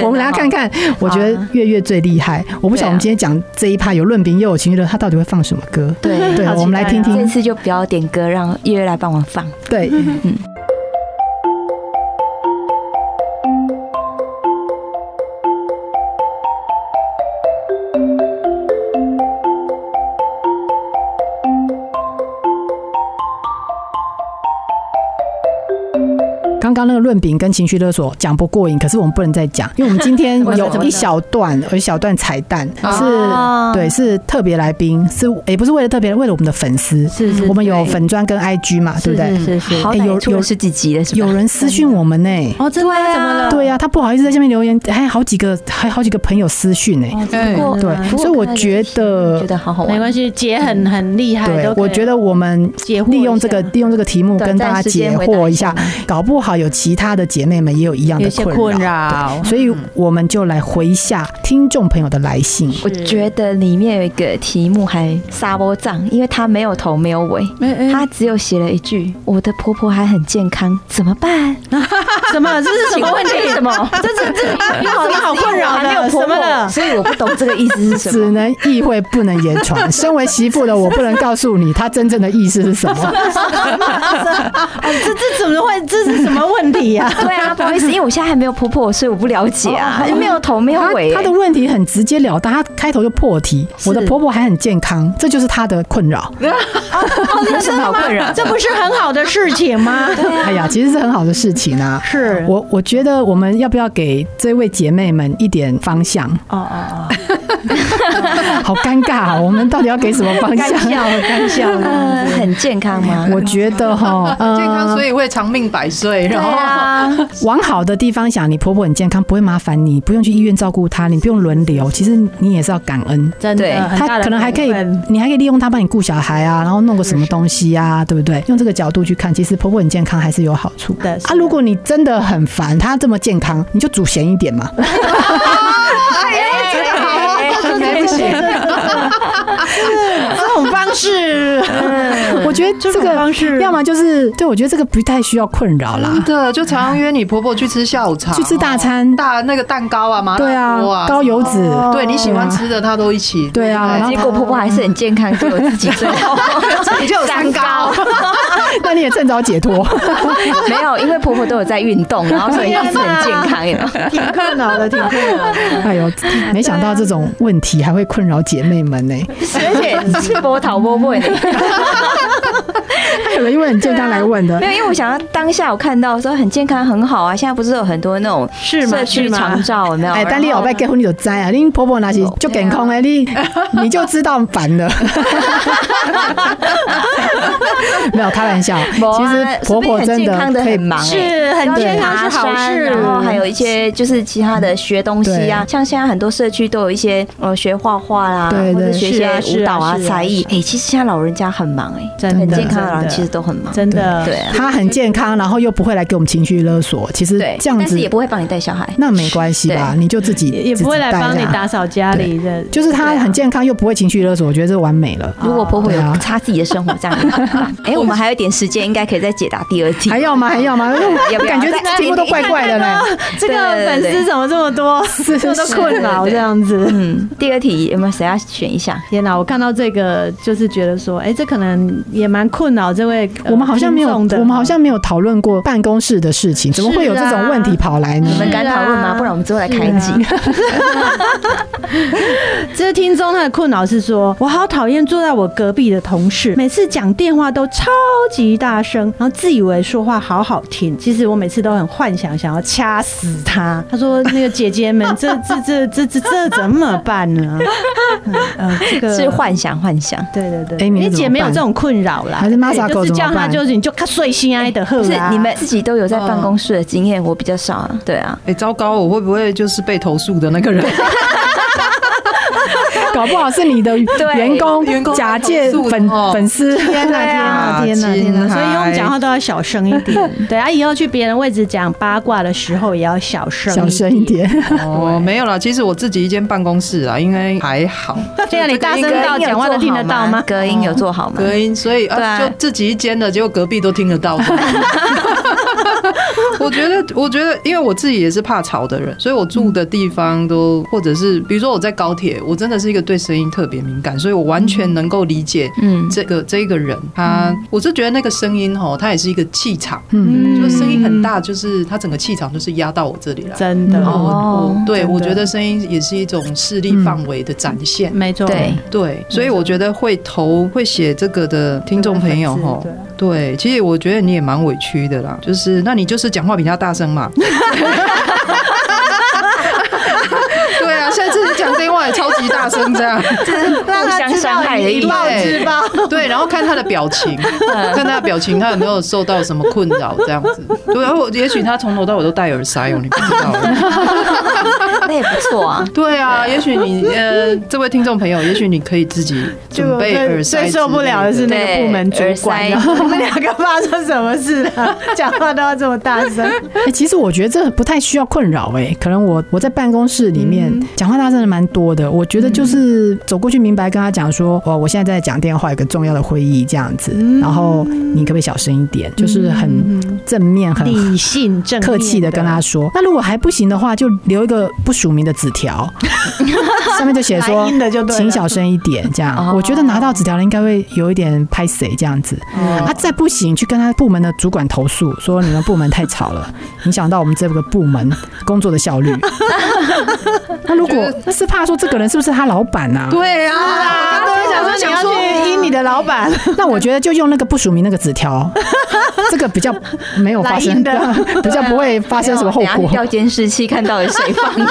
S2: 我们来看
S1: 哦
S2: 看，我觉
S4: 啊
S2: 得月月最厉害。我不晓得我们今天讲这一趴有论评又有情绪的，他到底会放什么歌？
S1: 对
S2: 对，
S4: 好期待啊
S2: 我们来听
S1: 这
S2: 听。
S1: 次就不要点歌，让月月来帮我放。
S2: 对，
S4: 嗯
S2: 刚刚那个论饼跟情绪勒索讲不过瘾，可是我们不能再讲，因为我们今天
S1: 为什么
S2: 有一小段，有一小段彩蛋
S1: 哦
S2: 是，对，是特别来宾，是也不是为了特别，为了我们的粉丝，
S4: 是是
S2: 我们有
S4: 对
S2: 粉砖跟 IG 嘛，对不对？
S4: 是是是
S1: 好
S2: 哎
S1: 歹
S2: 有
S1: 也出
S2: 有
S1: 了十几集了，是吧？
S2: 有人私讯我们呢。
S4: 哦，真的吗怎么了？
S2: 对呀、他不好意思在下面留言，还有好几个，还有好几个朋友私讯呢、
S3: 哎
S1: 不过
S2: 对
S1: 不过
S2: 所以我
S1: 看了
S2: 觉得
S1: 觉得好好玩，
S4: 没关系，姐很很厉害，
S2: 对
S4: 哦都，可以
S2: 我觉得我们
S4: 解惑一下
S2: 利用这个利用这个题目
S1: 短
S2: 跟大
S1: 暂
S2: 家
S1: 时间
S2: 解
S1: 回答
S2: 惑一
S1: 一
S2: 下
S1: 下，
S2: 搞不好有其他的姐妹们也有一样
S4: 有
S2: 的
S4: 一些困扰
S2: 对，所以我们就来回一下听众朋友的来信。
S1: 我觉得里面有一个题目还沙波藏，因为它没有头没有尾，
S4: 哎嗯
S1: 它只有写了一句：“我的婆婆还很健康，怎么办
S4: 什 么这是？”什
S1: 请
S4: 么
S1: 问
S4: 问
S1: 这
S4: 题？
S1: 是什么？这是这
S4: 有什么 好困扰
S1: 还没有
S4: 的？
S1: 婆
S4: 什么
S1: 婆，
S4: 了？
S1: 所以我不懂这个意思是什
S2: 只
S1: 么。
S2: 能意会不能言传。 身为媳妇的我，不能告诉你她真正的意思是什 么。
S4: 哎这这怎么会？这是什么问题呀？
S1: 对啊，不好意思，因为我现在还没有婆婆，所以我不了解啊，没有头没有
S2: 她
S1: 尾。
S2: 她的问题很直截了当，她开头就破题。我的婆婆还很健康，这就是她的困 扰。
S1: 有什么好困扰？
S4: 这不是 很好的事情吗？
S2: 哎呀，其实是很好的事情啊。
S4: 是
S2: 我我觉得我们要不要给这位姐妹们一点方 向？
S4: 哦哦哦，
S2: 好尴尬、哦，我们到底要给什么方
S4: 干笑
S2: 向？
S4: 了，干笑了。
S1: 呃，很健康吗？
S2: 我觉得哈，
S3: 健康，
S2: 呃，
S3: 所以会长命百岁。
S1: 对
S3: 然后，
S1: 啊，
S2: 往好的地方想，你婆婆很健康，不会麻烦你，不用去医院照顾她，你不用轮 流，其实你也是要感恩。
S4: 真的
S1: 对，
S4: 很大
S2: 她
S4: 的
S2: 可能还可以
S4: 部分，
S2: 你还可以利用她帮你顾小孩啊，然后弄个什么东西啊，对不 对？用这个角度去看，其实婆婆很健康还是有好处。
S4: 对是
S2: 啊，如果你真的很烦她这么健康，你就煮咸一点嘛。
S1: 哎，这个好
S3: 啊对不起，
S4: 这种方式，
S2: 我觉得这
S4: 种方式
S2: 个，要么就是对我觉得这个不太需要困扰啦。
S3: 真的就常常约你婆婆去吃下午茶，
S2: 去吃大餐
S3: 啊大那个蛋糕啊、麻
S2: 对
S3: 辣
S2: 啊
S3: 锅啊，，
S2: 高油脂，
S3: 对你喜欢吃的，她都一起。
S2: 对啊，然后
S1: 结果婆婆还是很健康，只有自己最好。
S3: 你就有三高，
S2: 那你也趁早解脱。
S1: 没有，因为婆婆都有在运动，然后所以一直很健康。有没有
S4: 挺困扰的，挺困扰的。
S2: 哎呦，没想到这种问题还会困扰姐妹们呢、
S1: 而且是波涛波问，
S2: 还有人因为很健康来问的
S1: 没。有，因为我想要当下我看到说很健康很好啊，现在不是有很多那种
S4: 是吗
S1: 社区
S4: 是吗
S1: 长照有没有？
S2: 哎，但你
S1: 然
S2: 老
S1: 后
S2: 爸结婚你就知啊，你婆婆那是就健康哎，你你就知道烦了。没有开玩笑，
S1: 没啊
S2: 其实婆婆真的可以啊
S1: 说不定很健康的很忙
S4: 是很健康是好事，嗯
S1: 然后还有一些就是其他的学东西啊，像现在很多社区都有一些呃学画画啦，
S2: 对对
S1: 或者学一
S4: 是
S1: 些
S4: 啊是啊
S1: 舞蹈啊
S4: 是啊
S1: 才艺
S4: 是。
S1: 哎，其实现在老人家很忙哎，
S4: 真的
S1: 很健康的
S4: 真
S1: 老人
S4: 的
S1: 其实都很忙，
S4: 真的
S1: 对啊，
S2: 她很健康，然后又不会来给我们情绪勒索。其实
S1: 对，
S2: 这样
S1: 但
S2: 子嗯
S1: 是也不会帮你带小孩。
S2: 那没关系吧，你就自己
S4: 也也不会来帮你打
S2: 扫。
S4: 扫家里的，啊
S2: 就是她很健康又不会情绪勒索，我觉得这完美了。
S1: 如果婆婆有
S2: 对啊
S1: 差自己的生活这样也很棒，哎、我们还有一点时间，应该可以再解答第二题。
S2: 还要吗？还要吗？
S1: 要不要
S2: 感觉这题目都怪怪的呢。
S4: 这个粉丝怎么这么多，
S2: 是
S4: 这么多困扰这样子？
S1: 嗯，第二题有没有谁要选一下？
S4: 天哪，我看到这个就是觉得说，哎，这可能也蛮困扰这位。呃
S2: 我们好像没有，
S4: 听众的
S2: 我们好像没有讨论过办公室的事情，怎么会有这种问题跑来呢
S1: 你？们敢讨论吗？不然我们之后来开一集。
S4: 这位听众他的困扰是说，我好讨厌坐在我隔壁的同事，每次讲电话都超级大声，然后自以为说话好好听，其实我每次都很幻想想要掐死他。他说那个姐姐们，这这这这这这怎么办呢？嗯呃，这个
S1: 是幻想幻想，
S4: 对对对，
S2: 哎你们
S4: 你
S2: 怎么
S4: 姐没有
S2: 办
S4: 这种困扰啦，
S2: 还是 Masa
S4: 对
S2: 狗
S4: 就是
S2: 怎么
S4: 叫他
S2: 办
S4: 就是你就看碎心哀的
S1: 不
S4: 喝
S1: 是
S4: 啦，
S1: 你们自己都有在
S4: 嗯
S1: 办公室的经验，我比较少啊。对啊，
S3: 哎，糟糕，我会不会就是被投诉的那个人？
S2: 搞不好是你的员工
S3: 员工
S2: 假借
S3: 投诉
S2: 粉
S3: 哦
S2: 粉丝。
S4: 天 哪，天
S3: 啊
S4: 哪，天哪，啊天哪！
S3: 金
S4: 所以以后我们
S3: 海
S4: 讲话都要小声一点。对啊，以后去别人位置讲八卦的时候也要小声，
S2: 小声一。点，
S3: 哦，没有啦，其实我自己一间办公室啊，应该还好，
S4: 对啊，你大声到讲话都听得到吗？
S1: 隔音有做好吗？
S3: 隔音，所以
S1: 对啊
S3: 啊，就自己一间的，结果隔壁都听得到。我觉得，我觉得，因为我自己也是怕吵的人，所以我住的地方都，或者是比如说我在高铁，我真的是一个对声音特别敏感，所以我完全能够理解
S1: 嗯，
S3: 这个这个人。他，我是觉得那个声音吼，它也是一个气场，
S2: 嗯
S3: 就是声音很大，就是他整个气场就是压到我这里来。
S4: 真的，
S3: 然后我
S1: 哦
S3: 我对
S4: 真的
S3: 我觉得声音也是一种势力范围的展现。
S4: 没错，
S1: 对，
S3: 对，所以我觉得会投会写这个的听众朋
S5: 嗯
S3: 友吼，对，其实我觉得你也蛮委屈的啦，就是那你就是讲话比他大声 嘛。对啊，下次你讲电话也超级大声这样，
S5: 让他
S1: 互相
S5: 知
S1: 伤
S5: 道
S1: 害的
S5: 你
S1: 一
S5: 一报
S3: 面
S5: 知报。
S3: 对，然后看他的表情，
S5: 嗯
S3: 看他的表情，他有没有受到什么困扰这样子。对，然后也许他从头到尾都戴耳塞哦，你不 知道。
S5: 啊
S1: 那也不 错啊。
S3: 对啊，也许你呃，这位听众朋友，也许你可以自己准备耳塞
S5: 最
S3: 之类的。
S5: 受不了的是那个部门主管，
S1: 对
S5: 然后你们两个发生什么事了？讲话都要这么大 声，
S2: 欸其实我觉得这不太需要困扰哎、可能我我在办公室里面讲、话大声的蛮多的，我觉得就是走过去明白跟他讲说，哦，我现在在讲电话，有个重要的会议这样子，然后你可不可以小声一点？就是
S4: 嗯
S2: 很正面、很
S4: 理性正
S2: 嗯
S4: 面
S2: 客气的跟他说。那如果还不行的话，就留一个不署名的纸 条，上面就写说
S5: 来阴的就对了
S2: 请小声一点，这样。
S1: 哦
S2: 我觉得拿到纸条的应该会有一点拍谁这样子。
S5: 哦
S2: 啊，再不行去跟他部门的主管投诉，说你们部门太吵 了，影响到我们这个部门工作的效率。那如果是怕说这个人是不是他老板啊？
S3: 对啊，我刚刚想说
S5: 你
S3: 想
S5: 要
S3: 说
S5: 去阴你的老板，
S2: 那我觉得就用那个不署名那个纸条，这个比较没有发
S5: 来
S2: 生
S5: 硬的，
S2: 比较不会发生什么后
S1: 没有等下啊
S2: 果
S1: 去。调监视器看到底 谁放的，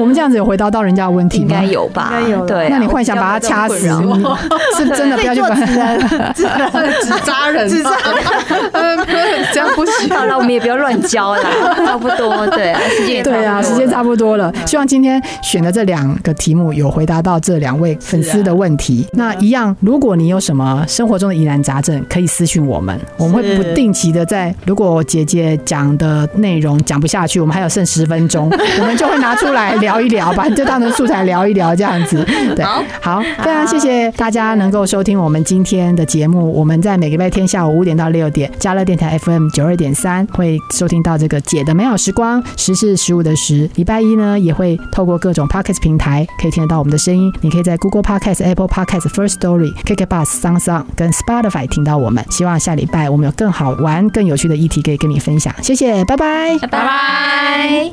S2: 我们这样子有回答到人家的问题
S1: 嗯应
S2: 吗
S1: 该？有吧？
S5: 应该有了
S1: 对啊，
S2: 那你幻想把他掐死， 是真的不要去管
S5: 做。纸人，纸人
S3: 纸扎 人，
S5: 纸扎
S3: 嗯，这样不行。
S1: 好了，我们也不要乱教啦， 差不多，对啊，时间也
S2: 对啊，
S1: 多
S2: 时
S1: 了
S2: 间差不多了。希望今天选的这两个题目有回答到这两位粉丝的问题。那一样，如果你有什么生活中的疑难杂症，可以私讯我们，我们会不定期的在如果姐姐讲的内容讲不下去，我们还有剩十分钟，我们就会拿出来聊一聊，把这当成素材聊一聊这样子。对，
S3: 好
S2: 好，非常谢谢大家能够收听我们今天的节目。我们在每个礼拜天下午五点到六点，加乐电台 FM 九二点三会收听到这个姐的美好时光，十是十五的十。礼拜一呢，也会透过各种 Podcast 平台可以听得到我们的声音。你可以在 Google Podcast、Apple Podcast、First Story、KK Bus、s o n g s o n 跟 Spotify 听到我们。希望下礼拜我们有更好玩、更有趣的议题可以跟你分享。谢谢，拜拜。
S1: 拜拜。